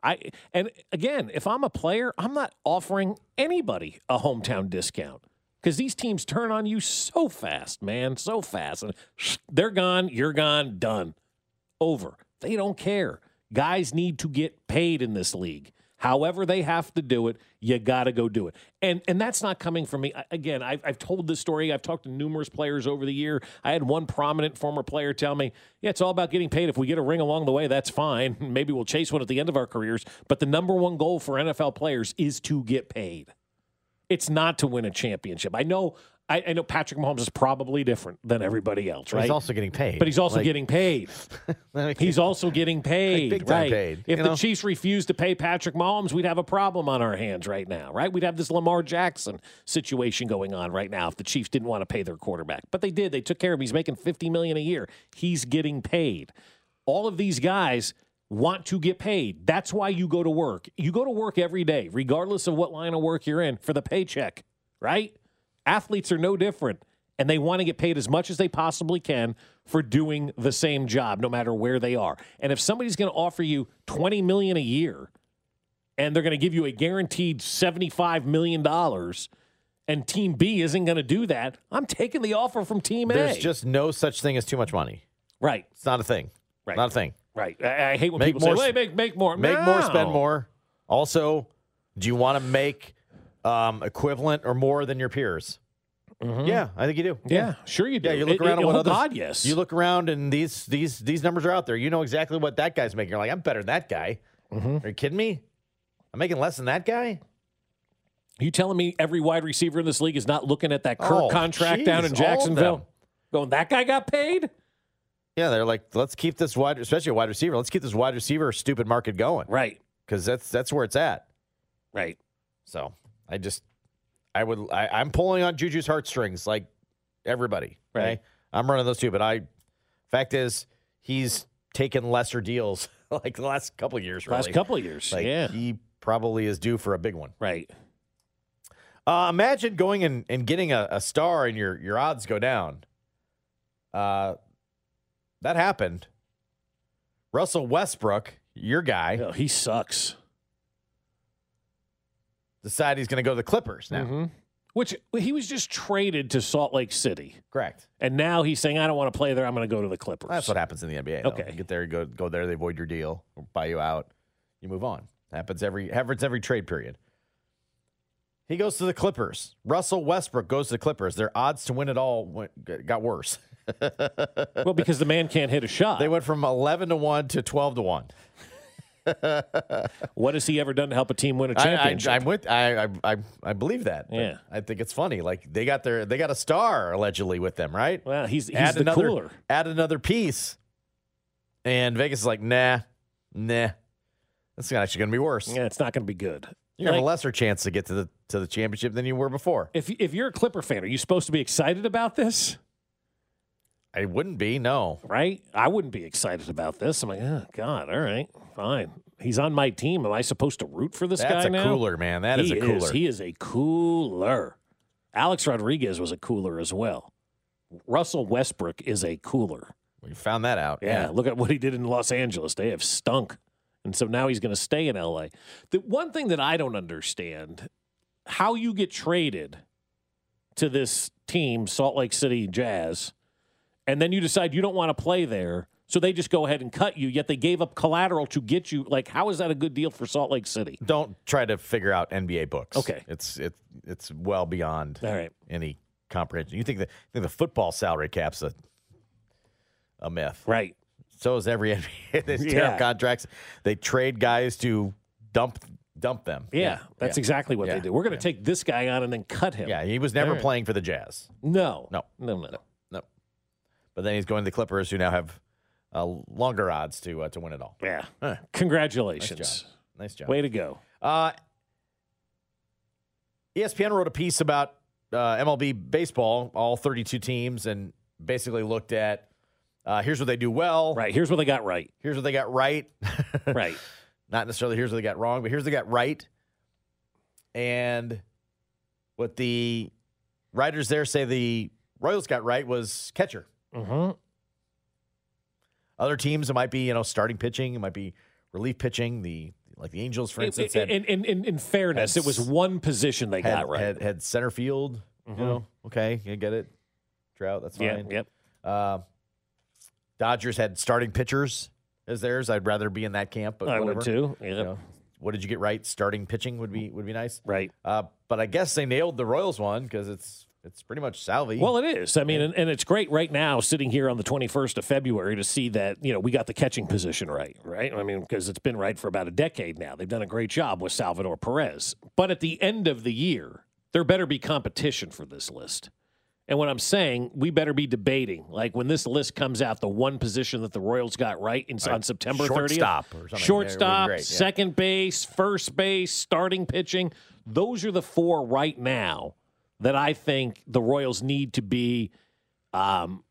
[SPEAKER 2] I and again, if I'm a player, I'm not offering anybody a hometown discount because these teams turn on you so fast, man, so fast, and they're gone, you're gone, done, over. They don't care. Guys need to get paid in this league. However, they have to do it. You got to go do it, and and that's not coming from me. I- Again, I've, I've told this story. I've talked to numerous players over the year. I had one prominent former player tell me, "Yeah, it's all about getting paid. If we get a ring along the way, that's fine. Maybe we'll chase one at the end of our careers. But the number one goal for NFL players is to get paid." it's not to win a championship. I know I, I know Patrick Mahomes is probably different than everybody else, right?
[SPEAKER 1] He's also getting paid.
[SPEAKER 2] but he's also
[SPEAKER 1] Like,
[SPEAKER 2] getting paid.
[SPEAKER 1] like,
[SPEAKER 2] He's also getting paid,
[SPEAKER 1] big time
[SPEAKER 2] right?
[SPEAKER 1] paid,
[SPEAKER 2] if
[SPEAKER 1] you
[SPEAKER 2] the
[SPEAKER 1] know?
[SPEAKER 2] Chiefs refused to pay Patrick Mahomes, we'd have a problem on our hands right now, right? We'd have this Lamar Jackson situation going on right now if the Chiefs didn't want to pay their quarterback. But they did. They took care of him. He's making 50 million a year. He's getting paid. All of these guys want to get paid. That's why you go to work. You go to work every day, regardless of what line of work you're in, for the paycheck, right? Athletes are no different, and they want to get paid as much as they possibly can for doing the same job, no matter where they are. And if somebody's going to offer you 20 million a year, and they're going to give you a guaranteed 75 million dollars, and Team B isn't going to do that, I'm taking the offer from Team
[SPEAKER 1] there's
[SPEAKER 2] A.
[SPEAKER 1] just no such thing as too much money.
[SPEAKER 2] right,
[SPEAKER 1] It's not a thing.
[SPEAKER 2] Right.
[SPEAKER 1] Not a thing.
[SPEAKER 2] right. I, I hate when
[SPEAKER 1] Make
[SPEAKER 2] people
[SPEAKER 1] more
[SPEAKER 2] say,
[SPEAKER 1] s-
[SPEAKER 2] "Wait, make make more,
[SPEAKER 1] Make more, spend
[SPEAKER 2] No.
[SPEAKER 1] more. Also, do you want to make um, equivalent or more than your peers.
[SPEAKER 2] Mhm.
[SPEAKER 1] Yeah, I think you do.
[SPEAKER 2] Yeah, sure you do.
[SPEAKER 1] Yeah, you look
[SPEAKER 2] It-
[SPEAKER 1] around
[SPEAKER 2] it-
[SPEAKER 1] at what
[SPEAKER 2] oh,
[SPEAKER 1] others.
[SPEAKER 2] God, yes.
[SPEAKER 1] You look around and these these these numbers are out there. You know exactly what that guy's making. You're like, I'm better than that guy.
[SPEAKER 2] Mm-hmm.
[SPEAKER 1] Are you kidding me? I'm making less than that guy.
[SPEAKER 2] You telling me every wide receiver in this league is not looking at that Kirk
[SPEAKER 1] Oh,
[SPEAKER 2] contract
[SPEAKER 1] jeez, all
[SPEAKER 2] down in
[SPEAKER 1] of them.
[SPEAKER 2] Jacksonville, going, "That guy got paid."
[SPEAKER 1] Yeah, they're like, let's keep this wide, especially a wide receiver. Let's keep this wide receiver stupid market going
[SPEAKER 2] Right,
[SPEAKER 1] because that's that's where it's at.
[SPEAKER 2] right.
[SPEAKER 1] So I just, I would, I, I'm pulling on Juju's heartstrings like everybody. Right.
[SPEAKER 2] Right.
[SPEAKER 1] I'm running those two, but I, fact is, he's taken lesser deals like the last couple of years, really.
[SPEAKER 2] Last couple of years,
[SPEAKER 1] Like,
[SPEAKER 2] yeah,
[SPEAKER 1] He probably is due for a big one.
[SPEAKER 2] right.
[SPEAKER 1] Uh, imagine going and, and getting a, a star and your, your odds go down. Uh, that happened. Russell Westbrook, your guy,
[SPEAKER 2] Oh, he sucks.
[SPEAKER 1] decided he's going to go to the Clippers now.
[SPEAKER 2] Mhm. Which he was just traded to Salt Lake City,
[SPEAKER 1] Correct.
[SPEAKER 2] and now he's saying, "I don't want to play there. I'm going to go to the Clippers."
[SPEAKER 1] That's what happens in the NBA. though.
[SPEAKER 2] Okay.
[SPEAKER 1] You get there, you go go there, they void your deal, or buy you out, you move on. Happens every happens every trade period. He goes to the Clippers. Russell Westbrook goes to the Clippers. Their odds to win it all went, got worse.
[SPEAKER 2] well, because the man can't hit a shot.
[SPEAKER 1] They went from 11 to 1 to 12 to 1.
[SPEAKER 2] what has he ever done to help a team win a
[SPEAKER 1] I, I,
[SPEAKER 2] championship?
[SPEAKER 1] I'm with I I I, I believe that. but
[SPEAKER 2] Yeah.
[SPEAKER 1] I think it's funny. Like they got their they got a star allegedly with them, right?
[SPEAKER 2] well, he's he's
[SPEAKER 1] add
[SPEAKER 2] the
[SPEAKER 1] another
[SPEAKER 2] cooler.
[SPEAKER 1] add another piece. And Vegas is like, "Nah. Nah. That's actually going to be worse."
[SPEAKER 2] Yeah, it's not going to be good.
[SPEAKER 1] You have a
[SPEAKER 2] Like,
[SPEAKER 1] lesser chance to get to the to the championship than you were before.
[SPEAKER 2] if if you're a Clipper fan, are you supposed to be excited about this?
[SPEAKER 1] I wouldn't be. No,
[SPEAKER 2] Right? I wouldn't be excited about this. I'm like, oh God, all right, fine. He's on my team. Am I supposed to root for this
[SPEAKER 1] that's
[SPEAKER 2] guy
[SPEAKER 1] a
[SPEAKER 2] now?
[SPEAKER 1] cooler man. That is
[SPEAKER 2] he
[SPEAKER 1] a cooler.
[SPEAKER 2] He is a cooler. Alex Rodriguez was a cooler as well. Russell Westbrook is a cooler.
[SPEAKER 1] we found that out.
[SPEAKER 2] Yeah, look at what he did in Los Angeles. They have stunk. And so now he's going to stay in LA. The one thing that I don't understand how you get traded to this team, Salt Lake City Jazz, and then you decide you don't want to play there. So they just go ahead and cut you, yet they gave up collateral to get you. Like, how is that a good deal for Salt Lake City?
[SPEAKER 1] Don't try to figure out NBA books.
[SPEAKER 2] Okay.
[SPEAKER 1] It's it it's well beyond
[SPEAKER 2] All right.
[SPEAKER 1] any comprehension. You think that you think the football salary cap's a a myth.
[SPEAKER 2] Right.
[SPEAKER 1] So is every NBA. They tear
[SPEAKER 2] Yeah.
[SPEAKER 1] up contracts. They trade guys to dump dump them.
[SPEAKER 2] Yeah, that's exactly what
[SPEAKER 1] Yeah.
[SPEAKER 2] they do. We're going to take this guy on and then cut him.
[SPEAKER 1] Yeah, he was never
[SPEAKER 2] All right.
[SPEAKER 1] playing for the Jazz.
[SPEAKER 2] No.
[SPEAKER 1] No.
[SPEAKER 2] No, no.
[SPEAKER 1] No. But then he's going to the Clippers, who now have uh, longer odds to uh, to win it all.
[SPEAKER 2] Yeah.
[SPEAKER 1] Huh.
[SPEAKER 2] Congratulations.
[SPEAKER 1] Nice job.
[SPEAKER 2] Way to go.
[SPEAKER 1] Uh, E ESPN wrote a piece about uh, MLB baseball, all 32 teams, and basically looked at uh, here's what they do well.
[SPEAKER 2] Right. Here's what they got right.
[SPEAKER 1] Here's what they got right.
[SPEAKER 2] Right.
[SPEAKER 1] Not necessarily here's what they got wrong, but here's what they got right. And what the writers there say the Royals got right was catcher.
[SPEAKER 2] mm-hmm.
[SPEAKER 1] Other teams, it might be you know starting pitching, it might be relief pitching. The like the Angels, for instance, had,
[SPEAKER 2] in, in, in, in fairness,
[SPEAKER 1] had
[SPEAKER 2] it was one position they
[SPEAKER 1] had,
[SPEAKER 2] got right. Mm-hmm.
[SPEAKER 1] had, had center field. You know, okay, you get it. Trout, that's
[SPEAKER 2] yeah,
[SPEAKER 1] fine.
[SPEAKER 2] yep.
[SPEAKER 1] Uh, Dodgers had starting pitchers as theirs. I'd rather be in that camp, but
[SPEAKER 2] I
[SPEAKER 1] whatever.
[SPEAKER 2] would too. Yep.
[SPEAKER 1] You know, what did you get right? Starting pitching would be would be nice.
[SPEAKER 2] Right.
[SPEAKER 1] Uh, but I guess they nailed the Royals one because it's it's pretty much Salvi.
[SPEAKER 2] Well, it is. I mean, and, and it's great right now, sitting here on the 21st of February, to see that, you know, we got the catching position right, right? I mean, because it's been right for about a decade now. They've done a great job with Salvador Perez. But at the end of the year, there better be competition for this list. And what I'm saying, we better be debating. Like when this list comes out, the one position that the Royals got right in, on September 30th,
[SPEAKER 1] Shortstop or something.
[SPEAKER 2] shortstop,
[SPEAKER 1] That would be great, yeah.
[SPEAKER 2] second base, first base, starting pitching. Those are the four right now that I think the Royals need to be um,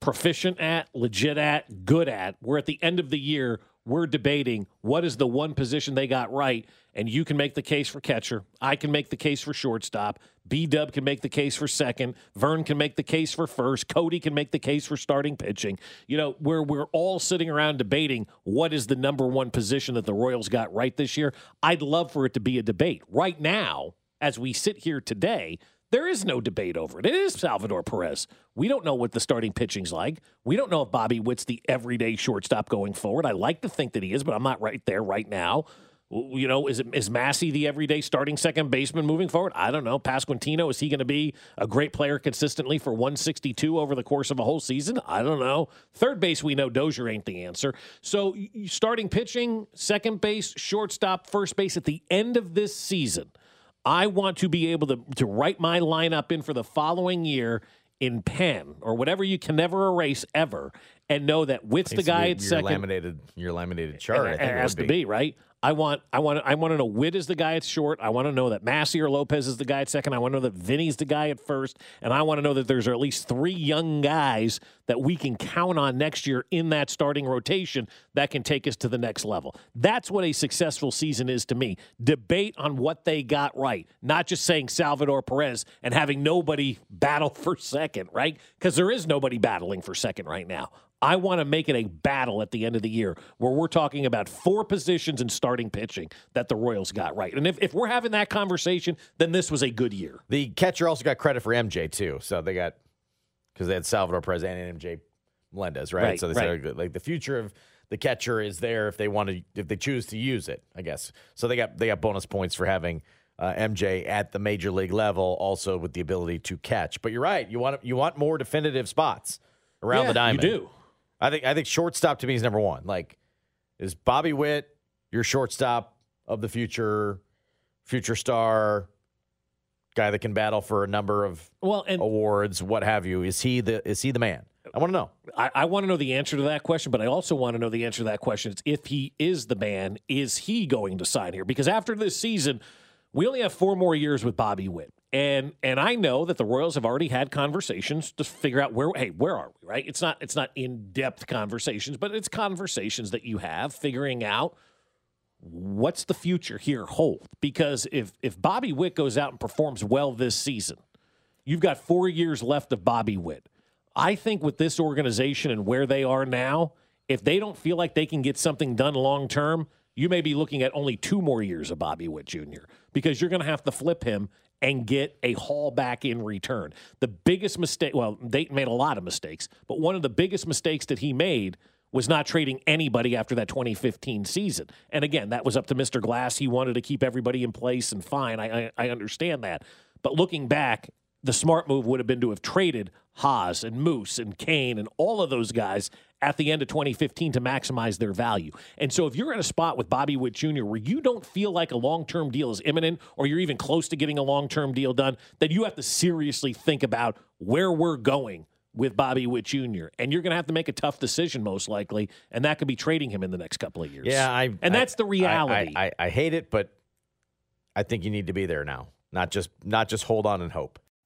[SPEAKER 2] proficient at, legit at, good at. We're at the end of the year. We're debating what is the one position they got right, and you can make the case for catcher. I can make the case for shortstop. B Dub can make the case for second. Vern can make the case for first. Cody can make the case for starting pitching. You know, where we're all sitting around debating what is the number one position that the Royals got right this year. I'd love for it to be a debate. Right now, as we sit here today, there is no debate over it. It is Salvador Perez. We don't know what the starting pitching's like. We don't know if Bobby Witt's the everyday shortstop going forward. I like to think that he is, but I'm not right there right now. W- You know, is it, is Massey the everyday starting second baseman moving forward? I don't know. Pasquantino is he going to be a great player consistently for 162 over the course of a whole season? I don't know. Third base, we know Dozier ain't the answer. So y- y- starting pitching, second base, shortstop, first base at the end of this season. I want to be able to, to write my lineup in for the following year in pen or whatever you can never erase ever and know that Witt's the
[SPEAKER 1] Needs to be
[SPEAKER 2] guy at
[SPEAKER 1] your
[SPEAKER 2] second.
[SPEAKER 1] laminated your laminated chart. I
[SPEAKER 2] and,
[SPEAKER 1] think it
[SPEAKER 2] and
[SPEAKER 1] would
[SPEAKER 2] has to
[SPEAKER 1] be.
[SPEAKER 2] be, right? I want I want I want to know Witt is the guy at short. I want to know that Massey or Lopez is the guy at second. I want to know that Vinny's the guy at first, and I want to know that there's at least three young guys that we can count on next year in that starting rotation that can take us to the next level. That's what a successful season is to me. Debate on what they got right, not just saying Salvador Perez and having nobody battle for second, right? Because there is nobody battling for second right now. I want to make it a battle at the end of the year where we're talking about four positions and starting pitching that the Royals got right. And if, if we're having that conversation, then this was a good year.
[SPEAKER 1] The catcher also got credit for MJ too, so they got because they had Salvador Perez and MJ Melendez, right?
[SPEAKER 2] Right,
[SPEAKER 1] so they
[SPEAKER 2] right.
[SPEAKER 1] said like, like the future of the catcher is there if they want to if they choose to use it, I guess. So they got they got bonus points for having uh, MJ at the major league level, also with the ability to catch. But you're right, you want you want more definitive spots around
[SPEAKER 2] Yeah,
[SPEAKER 1] the diamond.
[SPEAKER 2] You do.
[SPEAKER 1] I think I think shortstop to me is number one. Like, is Bobby Witt your shortstop of the future, future star, guy that can battle for a number of
[SPEAKER 2] Well, and
[SPEAKER 1] awards, what have you? Is he the is he the man? I want to know.
[SPEAKER 2] I, I want to know the answer to that question, but I also want to know the answer to that question. It's if he is the man, is he going to sign here? Because after this season, we only have four more years with Bobby Witt. And and I know that the Royals have already had conversations to figure out where hey, where are we, right? It's not it's not in-depth conversations, but it's conversations that you have figuring out what's the future here hold? Because if if Bobby Witt goes out and performs well this season, you've got four years left of Bobby Witt. I think with this organization and where they are now, if they don't feel like they can get something done long term, you may be looking at only two more years of Bobby Witt Jr. because you're going to have to flip him and get a haul back in return. The biggest mistake, well, Dayton made a lot of mistakes, but one of the biggest mistakes that he made was not trading anybody after that 2015 season. And again, that was up to Mr. Glass. He wanted to keep everybody in place, and fine, I, I, I understand that. But looking back, the smart move would have been to have traded Haas and Moose and Kane and all of those guys at the end of 2015 to maximize their value. And so if you're in a spot with Bobby Witt Jr. where you don't feel like a long-term deal is imminent or you're even close to getting a long-term deal done, then you have to seriously think about where we're going with Bobby Witt Jr. And you're going to have to make a tough decision most likely, and that could be trading him in the next couple of years.
[SPEAKER 1] Yeah, I
[SPEAKER 2] and that's
[SPEAKER 1] I-
[SPEAKER 2] the
[SPEAKER 1] I-
[SPEAKER 2] reality.
[SPEAKER 1] I, I, I hate it, but I think you need to be there now. Not just not just hold on and hope.